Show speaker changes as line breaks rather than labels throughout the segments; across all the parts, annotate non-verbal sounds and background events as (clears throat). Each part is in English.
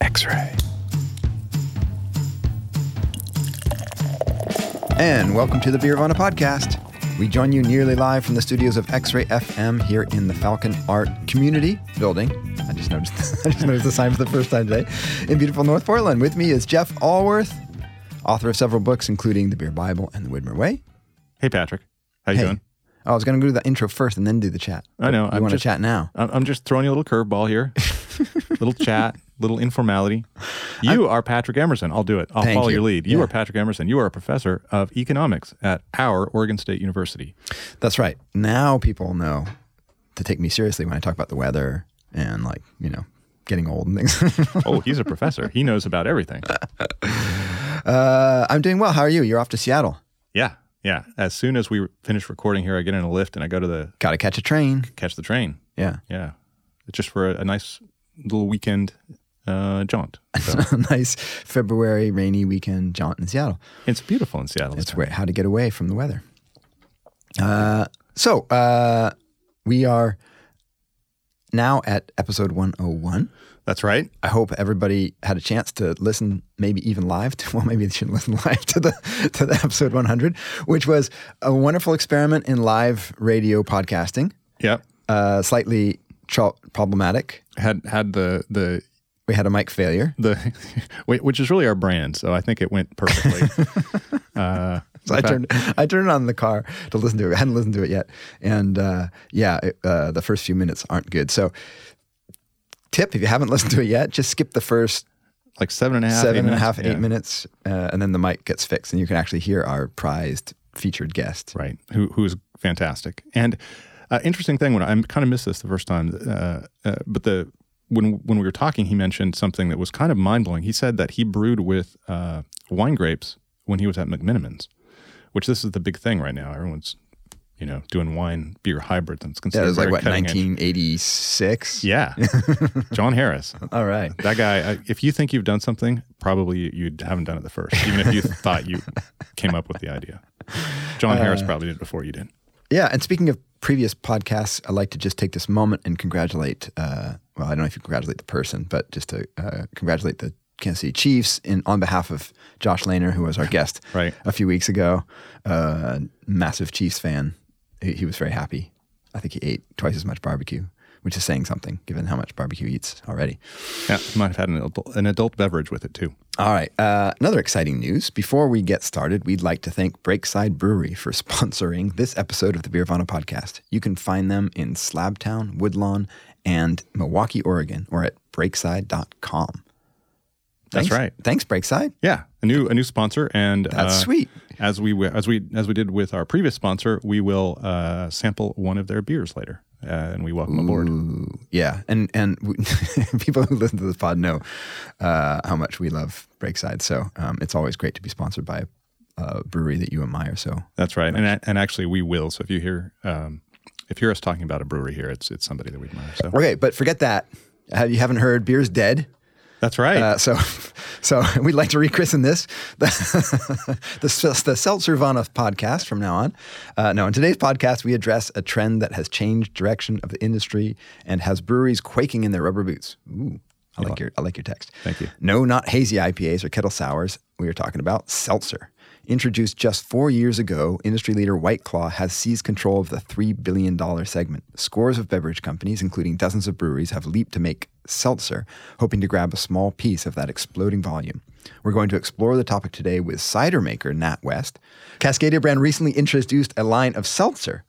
X ray. And welcome to the Beervana podcast. We join you nearly live from the studios of X Ray FM here in the Falcon Art Community Building. I just noticed, (laughs) I just noticed the sign for the first time today in beautiful North Portland. With me is Jeff Allworth, author of several books, including The Beer Bible and The Widmer Way.
Hey, Patrick. How you
Hey. Oh,
doing?
I was going to do the intro first and then do the chat.
I know.
You
I'm
want to
just,
chat now?
I'm I'm just throwing you a little curveball
(laughs)
here. little chat, little informality. You are Patrick Emerson. I'll do it. I'll
Thank
follow
you.
your lead. You
Yeah.
are Patrick Emerson. You are a professor of economics at our Oregon State
(laughs)
University.
That's right. Now people know to take me seriously when I talk about the weather and like, you know, getting old and things. (laughs)
Oh, he's a professor. He knows about everything.
uh, I'm doing well. How are you? You're off to Seattle.
Yeah. Yeah. As soon as we finish recording here, I get in a lift and I go to the
Got to catch a train.
catch the train.
Yeah. (laughs)
Yeah. Just for a, a nice little weekend uh,
(laughs)
jaunt. So,
nice February rainy weekend jaunt in Seattle.
it's beautiful in Seattle.
It's where, how to get away from the weather. Uh, so uh, we are now at episode 101.
That's right.
I hope everybody had a chance to listen, maybe even live to. (laughs) Well, maybe they shouldn't listen live to the (laughs) to the episode 100, which was a wonderful experiment in live radio podcasting.
Yeah.
Uh, slightly tro- problematic.
Had had the the
We had a mic failure.
the (laughs) whi- which is really our brand. So I think it went
(laughs)
perfectly. uh,
So I turned (laughs) I turned it on in the car to listen to it. I hadn't listened to it yet, and uh, yeah, it, uh, the first few minutes aren't good. So, tip if you haven't (laughs) listened to it yet, just skip the first
like seven and a half, eight
seven and a
minutes.
half, eight
Yeah.
minutes, uh, and then the mic gets fixed, and you can actually hear our prized featured guest.
Right. Who who is fantastic and uh, interesting thing when I, I kind of missed this the first time, uh, uh, but the when when we were talking, he mentioned something that was kind of mind blowing. He said that he brewed with uh, wine grapes when he was at McMinniman's, which this is the big thing right now. Everyone's you know doing wine beer hybrids and it's
Yeah,
considered
it was like
very
what
cutting edge.
1986. (laughs)
Yeah, John Harris.
All right.
That guy, I, if you think you've done something, probably you, you haven't done it the first, even if you thought you came up with the idea. John Harris probably did it before you did.
Yeah, and speaking of previous podcasts, I'd like to just take this moment and congratulate. Uh, well, I don't know if you congratulate the person, but just to uh, congratulate the Kansas City Chiefs in on behalf of Josh Lehner, who was our guest
Right.
a few weeks ago. Uh, massive Chiefs fan. He, he was very happy. I think he ate twice as much barbecue, which is saying something given how much barbecue he eats already.
Yeah, he might have had an adult, an adult beverage with it too.
All right. Uh, another exciting news. Before we get started, we'd like to thank Breakside Brewery for (laughs) sponsoring this episode of the Beervana podcast. You can find them in Slabtown, Woodlawn, and Milwaukee, Oregon, or at breakside.com.
That's
Thanks-
right. Uh,
Thanks, Breakside.
Yeah, a new a new sponsor, and
That's sweet.
As we wi- as we as we did with our previous sponsor, we will uh, sample one of their beers later, uh, and we welcome aboard.
Ooh, yeah. And and we, (laughs) people who listen to this pod know uh, how much we love Breakside. So um, it's always great to be sponsored by a brewery that you admire. So
That's right, and a- and actually we will. So if you hear um, if you hear us talking about a brewery here, it's it's somebody that we admire. So
okay, but forget that. Have you haven't heard beer's dead?
that's right.
Uh, so, (laughs) so we'd like to rechristen this (laughs) the, the, the Seltzer Vana podcast from now on. Uh, no, in today's podcast, we address a trend that has changed direction of the industry and has breweries quaking in their rubber boots. Ooh, I like your I like your text.
Thank you.
No, not hazy IPAs or kettle sours. We are talking about seltzer. Introduced just four years ago, industry leader White Claw has seized control of the $3 billion segment. Scores of beverage companies, including dozens of breweries, have leaped to make seltzer, hoping to grab a small piece of that exploding volume. We're going to explore the topic today with cider maker Nat West. Cascadia brand recently introduced a line of seltzer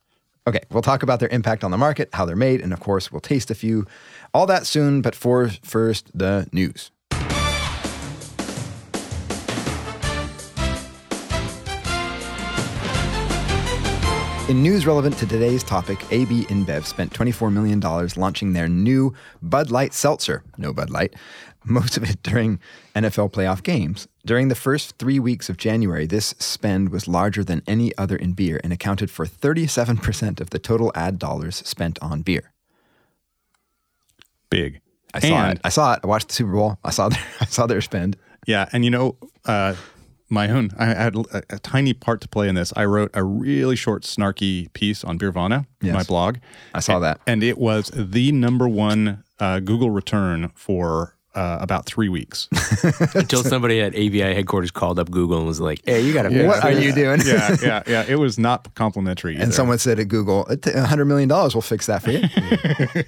Okay, we'll talk about their impact on the market, how they're made, and of course, we'll taste a few. All that soon, but for first, the news. In news relevant to today's topic, AB InBev spent $24 million launching their new Bud Light Seltzer, no Bud Light, (laughs) most of it during NFL playoff games. During the first three weeks of January, this spend was larger than any other in beer and accounted for 37% of the total ad dollars spent on beer.
Big.
I saw
And-
it. I saw it. I watched the Super Bowl. I saw (laughs) their, I saw their spend.
Yeah, and you know, uh, my own. I had a, a tiny part to play in this. I wrote a really short, snarky piece on Birvana, my
Yes.
blog, (laughs)
I saw that.
and it was the number one uh, Google return for uh, about three weeks.
Until somebody at ABI headquarters called up Google and was like, "Hey, you got to
(laughs) What are you doing?
yeah, yeah, yeah. It was not complimentary.
(laughs) And
either.
someone said at Google, "It- $100 million will fix that for you.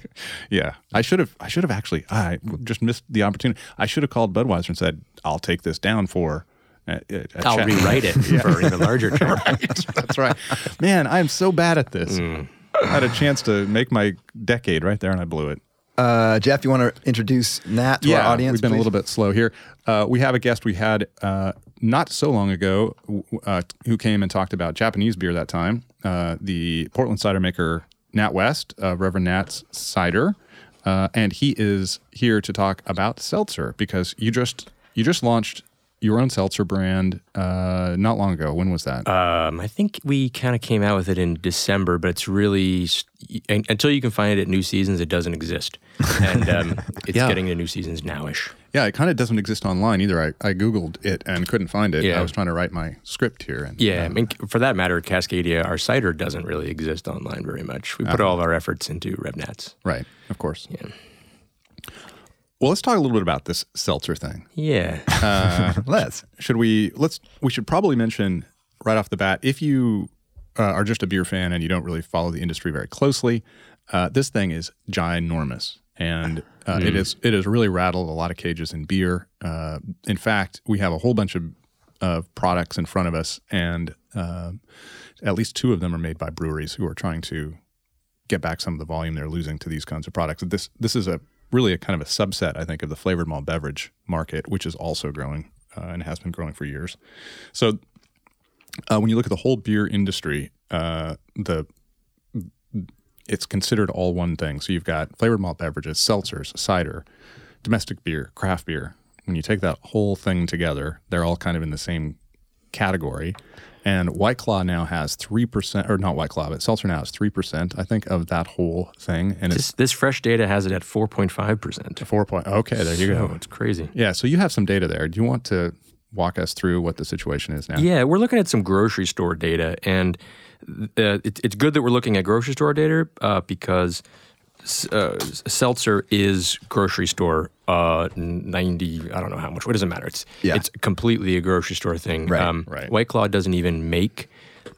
yeah, I should have. I should have actually. I just missed the opportunity. I should have called Budweiser and said, "I'll take this down for." Uh, uh, a
I'll
check."
rewrite it for even
(laughs)
larger term."
That's right. Man, I am so bad at this. I had a chance to make my decade right there, and I blew it.
Uh, Jeff, you want to introduce Nat to our audience?
We've been
please?
a little bit slow here. Uh, we have a guest we had uh, not so long ago w- uh, who came and talked about Japanese beer that time. Uh, the Portland cider maker Nat West, uh, Reverend Nat's cider, uh, and he is here to talk about seltzer because you just you just launched your own seltzer brand uh, not long ago. When was that?
Um, I think we kind of came out with it in December, but it's really s- y- un- until you can find it at New Seasons, it doesn't exist,
(laughs)
and um, it's
Yeah.
getting to New Seasons nowish.
yeah, it kind of doesn't exist online either. I, I googled it and couldn't find it.
Yeah.
I was trying to write my script here. And,
Yeah, I mean, c- Um, for that matter, Cascadia, our cider doesn't really exist online very much. We put
Uh-huh.
all of our efforts into RevNats.
Right, of course.
Yeah.
Well, let's talk a little bit about this seltzer thing. (laughs)
Yeah,
Let's.
Should we? Let's. We should probably mention right off the bat if you uh, are just a beer fan and you don't really follow the industry very closely, uh, this thing is ginormous, and uh, it is it has really rattled a lot of cages in beer. Uh, in fact, we have a whole bunch of of products in front of us, and uh, at least two of them are made by breweries who are trying to get back some of the volume they're losing to these kinds of products. This this is a really a kind of a subset, I think, of the flavored malt beverage market, which is also growing uh, and has been growing for years. So uh, when you look at the whole beer industry, uh, the it's considered all one thing. So you've got flavored malt beverages, seltzers, cider, domestic beer, craft beer. When you take that whole thing together, they're all kind of in the same category. And White Claw now has three percent, or not White Claw, but Seltzer now has three percent. I think of that whole thing, and it's
this, this fresh data has it at four point five percent.
four point. Okay, there you go.
It's crazy.
Yeah, so you have some data there. Do you want to walk us through what the situation is now?
Yeah, we're looking at some grocery store data, and uh, it, it's good that we're looking at grocery store data uh, because s- uh, s- seltzer is grocery store uh, ninety. I don't know how much. What does it matter? It's
Yeah.
it's completely a grocery store thing. Um,
Right,
right.
White Claw doesn't even make.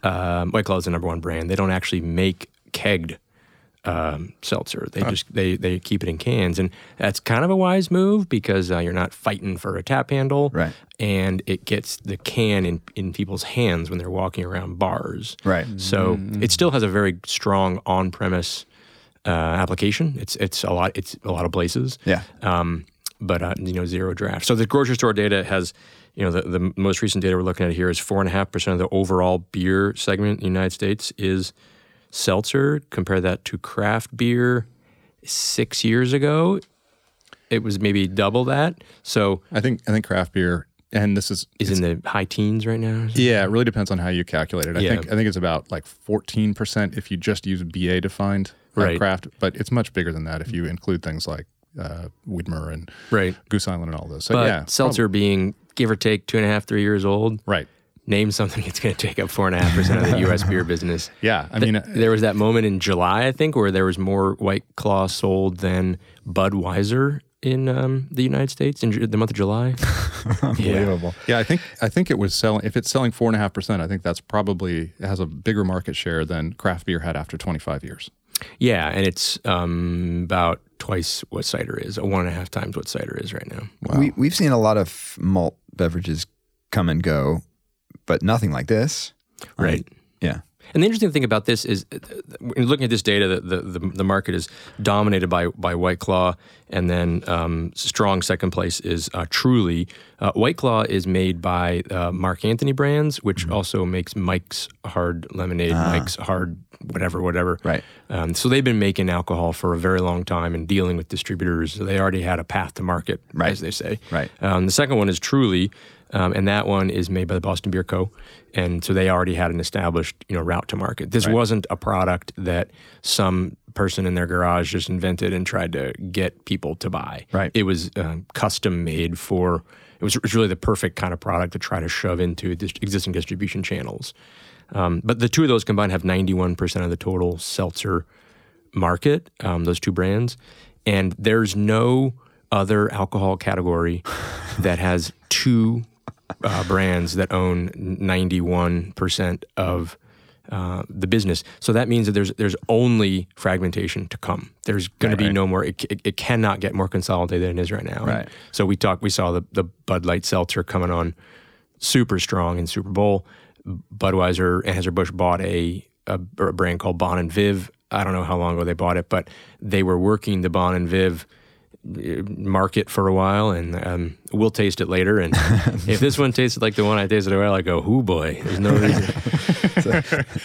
Um, White Claw is the number one brand. They don't actually make kegged um, seltzer. They just they they keep it in cans, and that's kind of a wise move because uh, you're not fighting for a tap handle,
Right.
And it gets the can in in people's hands when they're walking around bars,
Right.
So it still has a very strong on premise uh, application. It's it's a lot it's a lot of places,
Yeah.
um, but uh, you know zero draft. So the grocery store data has, you know, the, the most recent data we're looking at here is four and a half percent of the overall beer segment in the United States is seltzer. Compare that to craft beer. Six years ago, it was maybe double that. So
I think I think craft beer, and this is
is in the high teens right now.
yeah, it really depends on how you calculate it. I
Yeah.
think I think it's about like fourteen percent if you just use BA defined uh,
Right.
craft, but it's much bigger than that if you include things like uh, Widmer and
Right.
Goose Island and all those. So
But
yeah,
seltzer being give or take two and a half, three years old.
right.
Name something (laughs) that's going to take up four and a half percent of the U.S. beer business.
Yeah, I mean, uh,
there was that moment in July, I think, where there was more White Claw sold than Budweiser in um, the United States in Ju- the month of (laughs) July. Unbelievable.
yeah, I think I think it was selling. If it's selling four and a half percent, I think that's probably it has a bigger market share than craft beer had after twenty five years.
Yeah, and it's um, about twice what cider is, uh, one and a half times what cider is right now.
We, we've seen a lot of malt beverages come and go, but nothing like this.
Right.
Yeah.
And the interesting thing about this is, uh, th- when looking at this data, the, the, the, the market is dominated by, by White Claw, and then um, strong second place is uh, Truly. Uh, White Claw is made by uh, Mark Anthony Brands, which also makes Mike's Hard Lemonade, Mike's Hard whatever, whatever.
Right.
Um, so they've been making alcohol for a very long time and dealing with distributors. So they already had a path to market,
Right.
as they say.
Right.
Um, the second one is Truly, um, and that one is made by the Boston Beer Co. And so they already had an established you know route to market. This wasn't a product that some person in their garage just invented and tried to get people to buy.
Right.
It was um, custom made for. It was, it was really the perfect kind of product to try to shove into dis- existing distribution channels. Um, but the two of those combined have 91% of the total seltzer market, um, those two brands. And there's no other alcohol category that has two uh, brands that own 91% of uh, the business. So that means that there's there's only fragmentation to come. There's going to be no more. It, it, it cannot get more consolidated than it is right now.
Right.
So we talked. We saw the the Bud Light Seltzer coming on super strong in Super Bowl. Budweiser and Anheuser Busch bought a, a a brand called Bon and Viv. I don't know how long ago they bought it, but they were working the Bon and Viv market for a while and um, we'll taste it later.
(laughs)
And if this one tasted like the one I tasted a while ago, whoo boy, there's
(laughs)
no reason.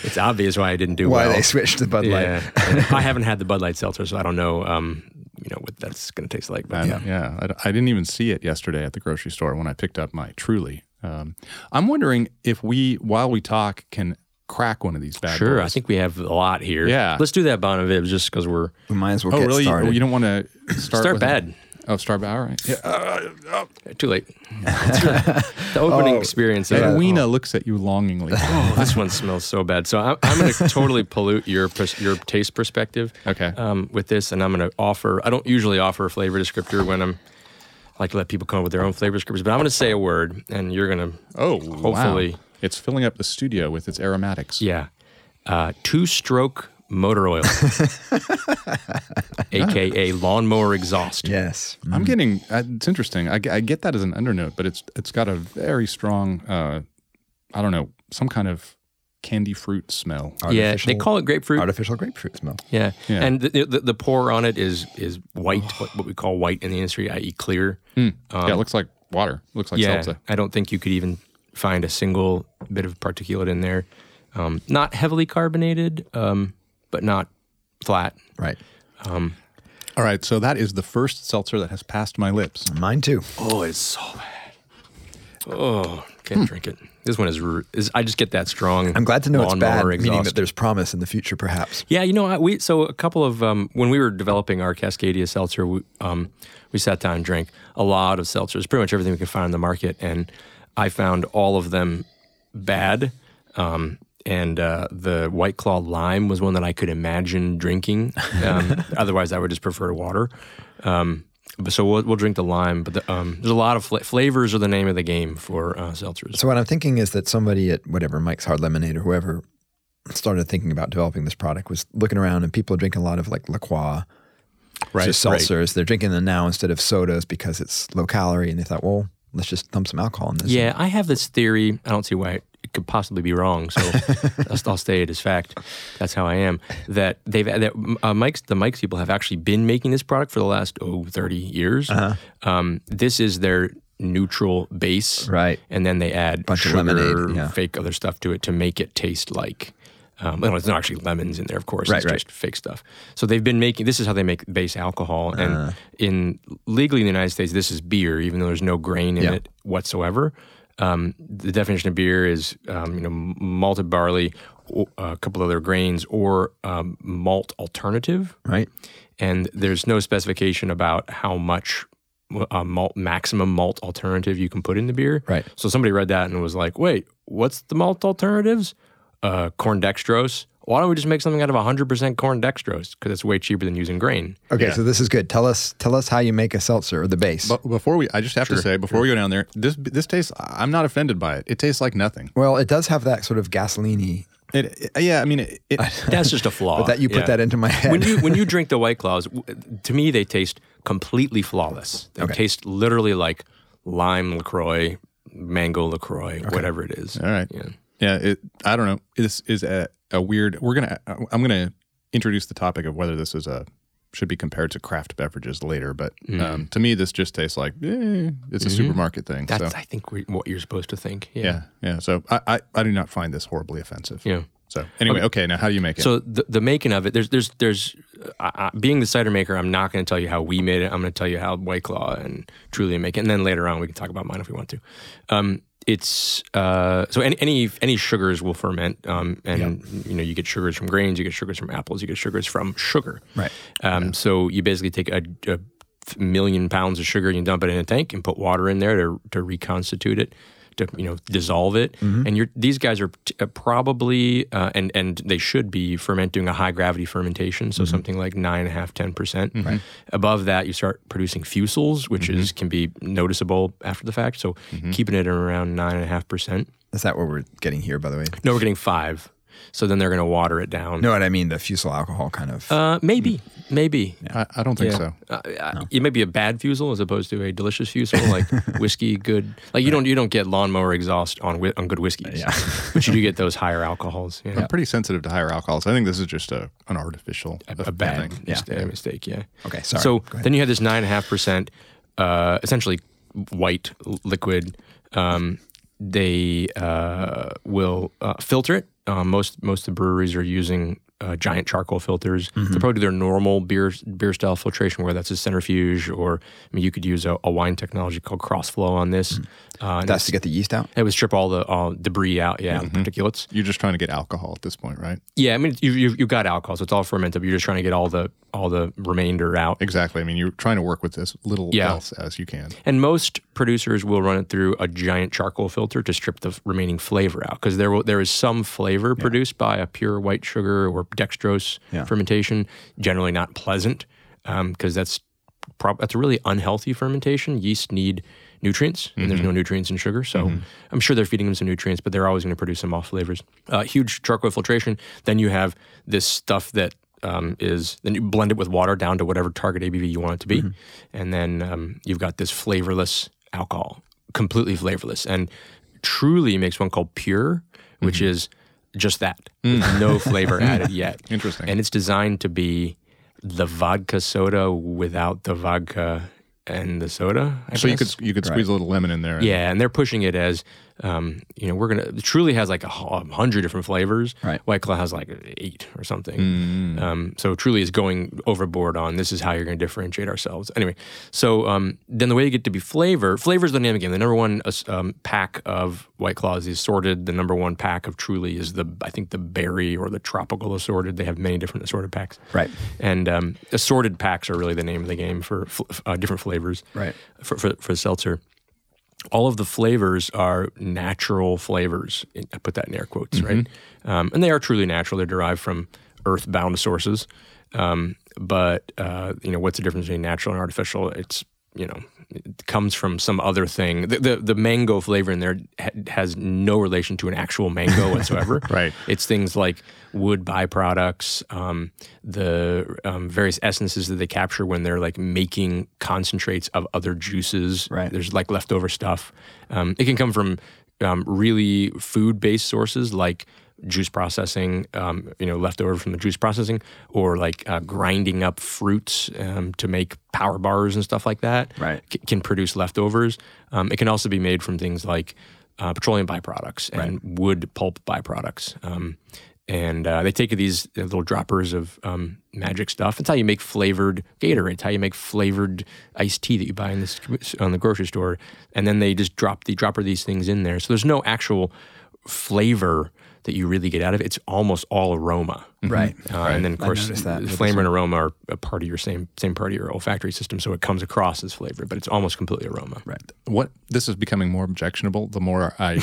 it's obvious why I didn't do
Why
well.
they switched to Bud Light?
yeah. And I haven't had the Bud Light seltzer, so I don't know, um, you know, what that's going to taste like. But
I don't- yeah. I d- I, didn't even see it yesterday at the grocery store when I picked up my Truly. Um, I'm wondering if we, while we talk, can crack one of these bad
sure, I
boys.
think we have a lot here.
Yeah.
let's do that Bon and Viv just because we're
We might as well
Oh,
get
really? You-
started.
You don't want to start
Start
with
bad.
A, oh, start bad. All right. Yeah.
too
(laughs)
late. the
Oh,
opening experience. of
And
that.
Weena looks at you (laughs) longingly.
Oh, this one smells so bad. So I'm,
(laughs)
I'm going to totally pollute your pers- your taste perspective.
Okay.
Um, with this, and I'm going to offer. I don't usually offer a flavor descriptor when I'm I like to let people come up with their own flavor descriptors, but I'm going to say a word, and you're going to
Oh,
hopefully
wow. it's filling up the studio with its aromatics.
yeah, uh, two stroke
(laughs)
motor oil, aka lawnmower exhaust.
yes.
I'm getting. uh, It's interesting. I, ge- I get that as an undernote, but it's it's got a very strong. Uh, I don't know, some kind of candy fruit smell.
Yeah, they
Artificial-
call it grapefruit.
Artificial grapefruit smell.
Yeah.
Yeah.
and the, the the pour on it is is white, what, what we call white in the industry, i.e., clear.
yeah, it looks like water. looks like
yeah,
seltzer.
I don't think you could even find a single bit of particulate in there. Um, not heavily carbonated, um, but not flat.
Right.
All right, so that is the first seltzer that has passed my lips.
Mine too.
Oh, it's so bad. Oh, can't drink it. This one is, r- is. I just get that strong.
Hmm. I'm glad to know it's bad,
lawnmower
meaning
exhaust.
that there's promise in the future, perhaps.
Yeah, you know, I, we so a couple of um, when we were developing our Cascadia seltzer, we, um, we sat down and drank a lot of seltzers, pretty much everything we could find on the market, and I found all of them bad. Um, and uh, the White Claw lime was one that I could imagine drinking. Um, otherwise, I would just prefer water. Um, but so we'll, we'll drink the lime. But the, um, there's a lot of fla- flavors are the name of the game for uh, seltzers.
So what I'm thinking is that somebody at whatever Mike's Hard Lemonade or whoever started thinking about developing this product was looking around and people are drinking a lot of like La Croix,
Right,
just
right.
seltzers. They're drinking them now instead of sodas because it's low calorie, and they thought, well, let's just dump some alcohol in this.
Yeah, I have this theory. I don't see why it could possibly be
(laughs)
wrong. So I'll, I'll state it as fact. That's how I am. That they've that uh, Mike's the Mike's people have actually been making this product for the last oh 30 years.
Uh-huh.
Um, this is their neutral base,
Right.
And then they add
Bunch of
sugar,
lemonade, yeah.
fake other stuff to it to make it taste like. Um, well, it's not actually lemons in there, of course.
Right,
it's
right.
just fake stuff. So they've been making. This is how they make base alcohol,
Uh-huh.
and in legally in the United States, this is beer, even though there's no grain in
Yeah.
it whatsoever. Um, the definition of beer is um, you know m- malted barley, o- uh, a couple other grains, or um, malt alternative
right.
and there's no specification about how much uh, malt maximum malt alternative you can put in the beer.
Right.
So somebody read that and was like, "Wait, what's the malt alternatives? Uh, corn dextrose. Why don't we just make something out of 100% corn dextrose? Because it's way cheaper than using grain."
Okay, so this is good. Tell us, tell us how you make a seltzer or the base.
But before we, I just have to say, before we go down there, this this tastes. I'm not offended by it. It tastes like nothing.
well, it does have that sort of gasoline-y,
It, it- yeah, I mean, it,
(laughs)
it,
That's
(laughs)
just a flaw.
but that Oh, you put
Yeah.
that into my head.
when you when
(laughs)
you drink the White Claws, w- to me they taste completely flawless. They taste literally like lime Lacroix, mango Lacroix, whatever it is.
All right.
Yeah.
Yeah. It, I don't know. This is a, a weird. We're gonna. I'm gonna introduce the topic of whether this is a should be compared to craft beverages later. But
Mm-hmm.
um, to me, this just tastes like eh, it's a supermarket thing.
That's
so
I think we, what you're supposed to think.
yeah, yeah. So I, I, I do not find this horribly offensive.
Yeah.
So anyway, okay. now, how do you make it?
So the, the making of it, there's there's there's I, I, being the cider maker. I'm not going to tell you how we made it. I'm going to tell you how White Claw and Truly make it, and then later on we can talk about mine if we want to. Um, it's uh, so any, any any sugars will ferment, um, and you know you get sugars from grains, you get sugars from apples, you get sugars from sugar.
Right.
Um, So you basically take a, a million pounds of sugar and you dump it in a tank and put water in there to to reconstitute it to you know dissolve it. And you're, these guys are t- uh, probably uh, and and they should be ferment doing a high gravity fermentation, so something like nine and a half, ten percent. Above that, you start producing fusels, which is can be noticeable after the fact. So keeping it around nine and a half percent.
Is that what we're getting here, by the way?
No, we're getting five. So then they're going to water it down.
No, what I mean the fusel alcohol kind of.
Uh, maybe, maybe.
I, I don't think
Yeah.
so.
Uh, uh, It may be a bad fusel as opposed to a delicious fusel, like whiskey good. Like you don't you don't get lawnmower exhaust on whi- on good whiskeys, but you do get those higher alcohols. You know?
I'm pretty sensitive to higher alcohols. I think this is just a an artificial
a bad
thing.
mistake, yeah. mistake. Yeah.
Okay, sorry.
So
Go ahead.
then you have this nine and a half percent, uh, essentially white l- liquid. Um, they uh, will uh, filter it. Um, most most of the breweries are using uh, giant charcoal filters.
Mm-hmm.
They probably do their normal beer beer style filtration, whether that's a centrifuge or I mean, you could use a, a wine technology called crossflow on this.
Mm.
Uh, and
That's to get the yeast out.
it would strip all the uh, debris out, yeah,
Mm-hmm.
the particulates.
You're just trying to get alcohol at this point, right?
Yeah, I mean, you, you, you've got alcohol, so it's all fermented. But you're just trying to get all the all the remainder out.
Exactly. I mean, you're trying to work with as little
Yeah.
else as you can.
And most producers will run it through a giant charcoal filter to strip the f- remaining flavor out because there will, there is some flavor produced by a pure white sugar or dextrose fermentation, generally not pleasant because that's prob- that's a really unhealthy fermentation. Yeast need nutrients, and there's no nutrients in sugar, so I'm sure they're feeding them some nutrients, but they're always going to produce some off flavors. Uh, huge charcoal filtration. Then you have this stuff that um, is then you blend it with water down to whatever target ABV you want it to
Mm-hmm.
be, and then um, you've got this flavorless alcohol, completely flavorless, and truly makes one called pure, which
Mm-hmm.
is just that, with no
(laughs)
flavor added yet.
Mm. Interesting.
and it's designed to be the vodka soda without the vodka and the soda. I
So you
guess.
could you could squeeze a little lemon in there. and-
Yeah, and they're pushing it as, um, you know, we're gonna. It truly has like a hu- hundred different flavors.
Right. Mm.
White Claw has like eight or something. Um, so truly is going overboard on this is how you're gonna differentiate ourselves. Anyway, so um, then the way you get to be flavor, flavor is the name of the game. The number one uh, s- um, pack of White Claws is assorted. The number one pack of Truly is the I think the berry or the tropical assorted. They have many different assorted packs.
Right.
And um, assorted packs are really the name of the game for fl- f- uh, different flavors.
Right.
For for, for seltzer all of the flavors are natural flavors. I put that in air quotes, right? Um, and they are truly natural. They're derived from earthbound sources. Um, but uh, you know, what's the difference between natural and artificial? It's you know, it comes from some other thing. The the, the mango flavor in there ha- has no relation to an actual mango whatsoever.
Right.
It's things like wood byproducts, um, the um, various essences that they capture when they're like making concentrates of other juices.
Right.
There's like leftover stuff. Um, it can come from um, really food-based sources like juice processing, um, you know, leftover from the juice processing, or like uh, grinding up fruits um, to make power bars and stuff like that.
Right.
c- can produce leftovers. Um, it can also be made from things like uh, petroleum byproducts and wood pulp byproducts. Um, and uh, they take these little droppers of um, magic stuff. It's how you make flavored Gatorade. It's how you make flavored iced tea that you buy in this, on the grocery store. And then they just drop the dropper these things in there. So there's no actual flavor that you really get out of it. It's almost all aroma.
Right.
Uh, And then, of course,
noticed that
the
with
flavor and aroma are a part of your same same part of your olfactory system, so it comes across as flavor, but it's almost completely aroma.
Right.
What this is becoming more objectionable the more I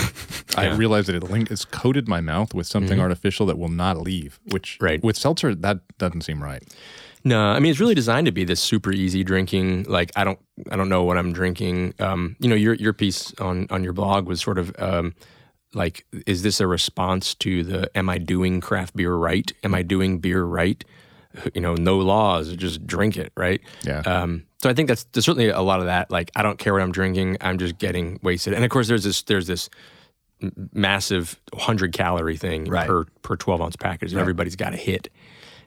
I realize that it link it's coated my mouth with something artificial that will not leave. Which
Right.
with seltzer that doesn't seem right.
No, I mean it's really designed to be this super easy drinking. Like I don't I don't know what I'm drinking. Um, you know, your your piece on on your blog was sort of. Um, like, is this a response to the "Am I doing craft beer right? Am I doing beer right?" You know, no laws, just drink it, right?
Yeah.
Um, so I think that's there's certainly a lot of that. Like, I don't care what I'm drinking; I'm just getting wasted. And of course, there's this there's this m- massive 100 calorie thing
Right.
per per 12 ounce package that everybody's got to hit.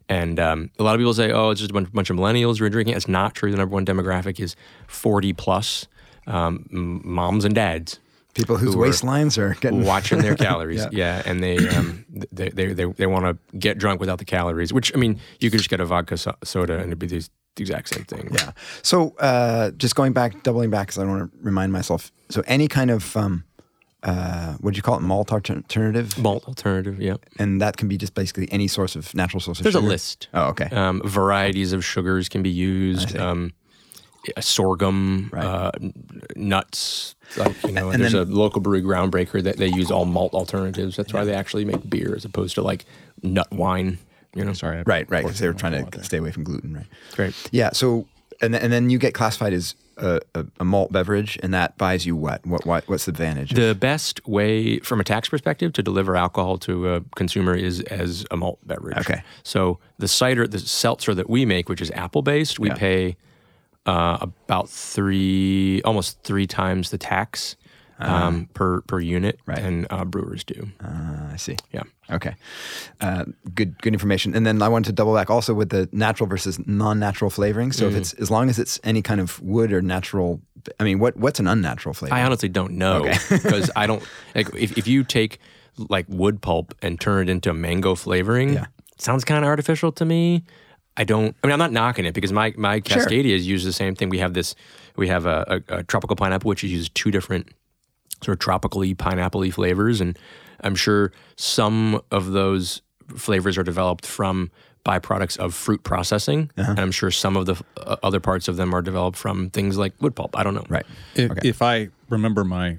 And um, a lot of people say, "Oh, it's just a bunch, bunch of millennials who are drinking." It's not true. The number one demographic is 40 plus um, m- moms and dads
People whose waistlines are getting
watching
(laughs)
their calories. yeah. and they um, th- they they they, they want to get drunk without the calories. Which I mean, you could just get a vodka so- soda and it'd be the exact same thing.
Yeah. So uh, just going back, doubling back, because I want to remind myself. So any kind of um, uh, what do you call it, malt altern- alternative,
malt alternative. Yeah,
and that can be just basically any source of Oh, natural source of
there's a Uh,
sugar?
list.
Oh, okay.
Um, varieties of sugars can be used. Um, uh, sorghum,
Right.
uh, n- nuts. Like, you know,
And
there's
then-
a local brewery groundbreaker that they use all malt alternatives. That's why they actually make beer as opposed to like nut wine. You know,
Sorry. I-
Right, right. Because they were trying to stay away from gluten, right?
Great.
Yeah. So, and th- and then you get classified as a, a, a malt beverage, and that buys you what? What? what what's the advantage?
The best way, from a tax perspective, to deliver alcohol to a consumer is as a malt beverage.
Okay.
So the cider, the seltzer that we make, which is apple based, we
Yeah.
pay uh, about three, almost three times the tax um, per per unit
Uh-huh. Right.
than uh, brewers do.
uh, I see.
yeah.
Okay. Uh, good. Good information. And then I wanted to double back also with the natural versus non-natural flavoring. So
Mm.
if it's as long as it's any kind of wood or natural, I mean, what what's an unnatural flavor?
I honestly don't know
(laughs)
because I don't like if, if you take like wood pulp and turn it into mango flavoring.
Yeah.
Sounds kind of artificial to me. I don't. I mean, I'm not knocking it because my my Cascadias use the same thing. We have this. We have a, a, a tropical pineapple which uses two different sort of tropically pineapple flavors, and I'm sure some of those flavors are developed from byproducts of fruit processing,
Uh-huh.
and I'm sure some of the uh, other parts of them are developed from things like wood pulp. I don't know.
right.
If, if I remember my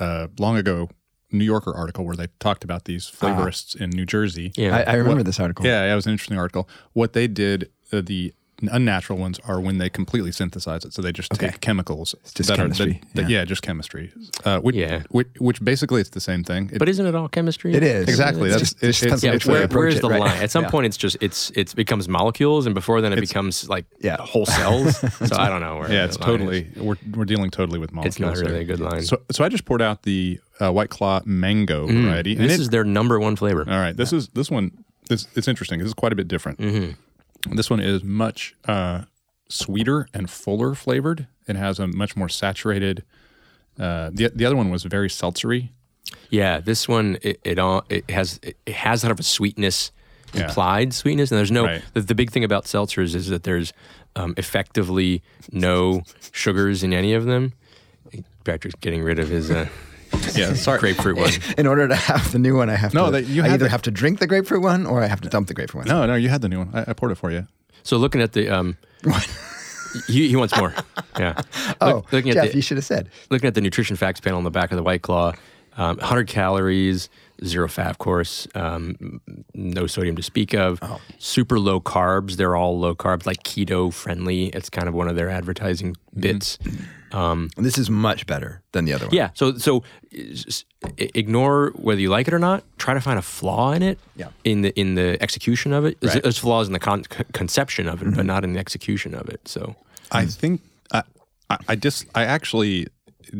uh, long ago New Yorker article where they talked about these flavorists in New Jersey.
Yeah.
I, I remember this article.
Yeah, yeah, it was an interesting article. What they did, uh, the unnatural ones are when they completely synthesize it. So they just take chemicals
just chemistry,
Are, that- that- yeah. just chemistry. Uh, which,
Yeah.
which, which basically it's the same thing. It-
But isn't it all chemistry?
It is
Exactly,
It's
that's-
just, it just
it-
depends
it-
on
Yeah,
which way you
where,
approach
where's
it,
the
right?
line? At some
Yeah.
point, it's just it's it becomes molecules, and before then, it becomes like
Yeah.
whole cells. so I don't know where.
yeah, (laughs)
the
it's
line is.
totally we're, we're dealing totally with molecules.
It's not really
there.
a good line.
So, so I just poured out the uh, White Claw Mango variety. and
Mm. this
it-
is their number one flavor.
All right, this is this one. This it's interesting. This is quite a bit different.
Mm-hmm.
This one is much uh, sweeter and fuller flavored. It has a much more saturated. Uh, the the other one was very seltzery.
yeah, this one it, it all it has it has sort of a sweetness
Yeah.
implied sweetness, and there's no
Right.
the, the big thing about seltzers is that there's um, effectively no sugars in any of them. Patrick's getting rid of his uh,
Yeah,
(laughs)
sorry.
grapefruit
(laughs)
one.
(laughs) In order to have the new one, I have
No,
to.
that- you
I
had
either
the-
have to drink the grapefruit one or I have to dump the grapefruit one.
No, no, you had the new one. I, I poured it for you.
So looking at the um, he, he wants
(laughs)
more. Yeah.
Oh,
Look- looking
Jeff,
at the,
you should have said.
looking at the nutrition facts panel on the back of the White Claw, um, 100 calories, zero fat, of course, um, no sodium to speak of,
Oh.
super low carbs. They're all low carbs, like keto friendly. It's kind of one of their advertising
Mm-hmm.
bits.
This is much better than the other one.
Yeah. So so s- i- ignore whether you like it or not. Try to find a flaw in it.
Yeah.
In the in the execution of it, There's- there's flaws in the con- con- conception of it,
Mm-hmm.
but not in the execution of it. So
I
Mm.
think I I, I just I actually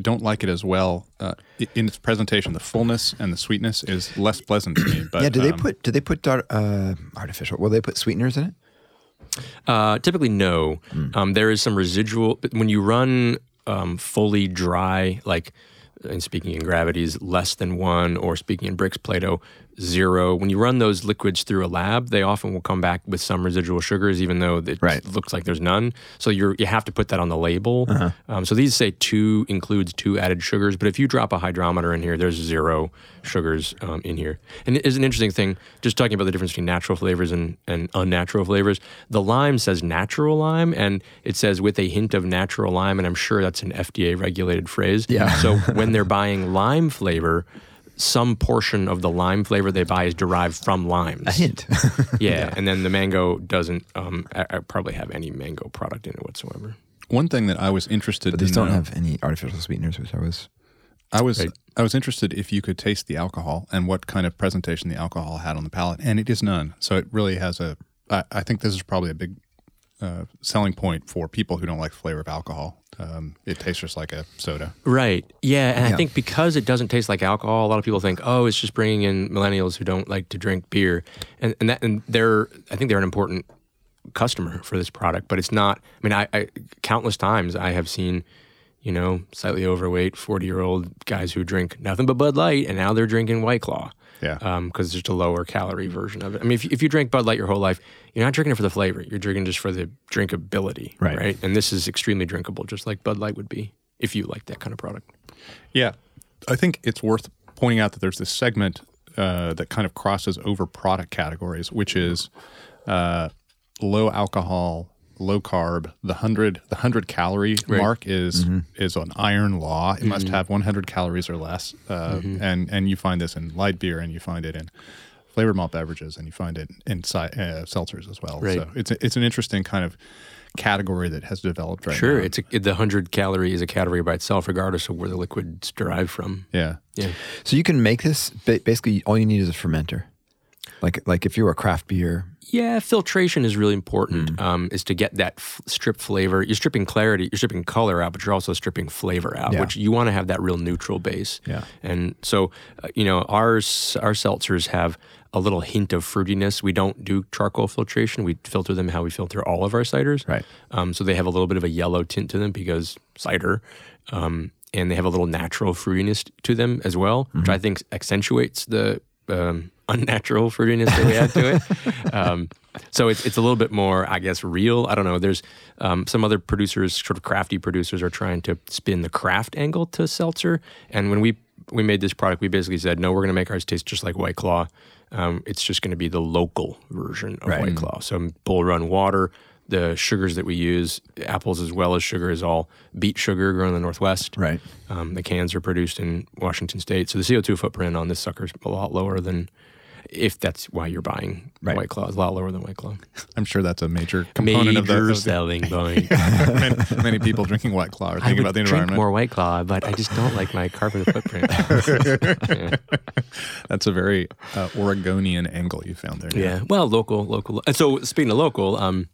don't like it as well uh, i- in its presentation. The fullness and the sweetness is less pleasant to
(clears throat)
me. But
Yeah. Do they
um,
put? Do they put dar- uh, artificial? Will they put sweeteners in it?
Uh, typically, no. Um, there is some residual but when you run um, fully dry, like and speaking in gravities less than one, or speaking in bricks, Plato zero. When you run those liquids through a lab, they often will come back with some residual sugars, even though it
Right.
looks like there's none. So you you have to put that on the label. Um, so these say two includes two added sugars, but if you drop a hydrometer in here, there's zero sugars um, in here. And it is an interesting thing, just talking about the difference between natural flavors and, and unnatural flavors. The lime says natural lime, and it says with a hint of natural lime, and I'm sure that's an FDA regulated phrase.
Yeah.
(laughs) so when they're buying lime flavor. Some portion of the lime flavor they buy is derived from limes.
(laughs) Hint.
(laughs) Yeah, and then the mango doesn't um, I, I probably have any mango product in it whatsoever.
one thing that I was interested?
These
to
don't
know-
have any artificial sweeteners, which I was.
I was
Right.
I was interested if you could taste the alcohol and what kind of presentation the alcohol had on the palate, and it is none. So it really has a. I, I think this is probably a big uh, selling point for people who don't like the flavor of alcohol. Um, it tastes just like a soda.
Right. Yeah, and
Yeah.
I think because it doesn't taste like alcohol, a lot of people think, "Oh, it's just bringing in millennials who don't like to drink beer," and and that and they're I think they're an important customer for this product, but it's not. I mean, I, I countless times I have seen, you know, slightly overweight forty year old guys who drink nothing but Bud Light, and now they're drinking White Claw. Uh,
Yeah.
because it's just um, a lower calorie version of it. I mean, if, you- if you drink Bud Light your whole life, you're not drinking it for the flavor. You're drinking just for the drinkability,
Right.
right? And this is extremely drinkable, just like Bud Light would be if you like that kind of product.
Yeah, I think it's worth pointing out that there's this segment uh, that kind of crosses over product categories, which is uh, low alcohol low carb. The hundred the hundred calorie mark is
Mm-hmm.
is an iron law. It must have 100 calories or less. Uh,
Mm-hmm.
And and you find this in light beer, and you find it in flavored malt beverages, and you find it in si- uh, seltzers as well.
Right.
So it's a, it's an interesting kind of category that has developed right
Sure,
now.
Uh, it's a, it- the hundred calorie is a category by itself, regardless of where the liquid's derived from.
yeah.
Yeah,
So you can make this ba- basically all you need is a fermenter. Like like if you were a craft beer,
yeah. Filtration is really important.
Hmm.
Um, is to get that f- strip flavor. You're stripping clarity, you're stripping color out, but you're also stripping flavor out,
Yeah.
which you want to have that real neutral base.
Yeah.
And so, uh, you know, our s- our seltzers have a little hint of fruitiness. We don't do charcoal filtration. We filter them how we filter all of our ciders.
Right.
Um, so they have a little bit of a yellow tint to them because cider, um, and they have a little natural fruitiness to them as well, which I think accentuates the um, (laughs) unnatural fruitiness that we add to it. Um, so it's, it's a little bit more, I guess, real. I don't know. There's um, some other producers, sort of crafty producers, are trying to spin the craft angle to seltzer. And when we we made this product, we basically said, no, we're going to make ours taste just like White Claw. Um, it's just going to be the local version of White Claw. So Bull Run water, the sugars that we use, apples as well as sugar, is all beet sugar grown in the Northwest.
Right.
Um, the cans are produced in Washington State, so the CO2 footprint on this sucker's a lot lower than if that's why you're buying
Right.
White Claw. It's a lot lower than White Claw.
I'm sure that's a major component
Major
of the, of the
selling
(laughs)
point.
many, many people drinking White Claw are
I
thinking
would
about the
drink
environment.
more White Claw, but I just don't like my
(laughs)
carbon footprint.
That's a very uh, Oregonian angle you found there.
Yeah. Well, local, local. And so speaking of local, um,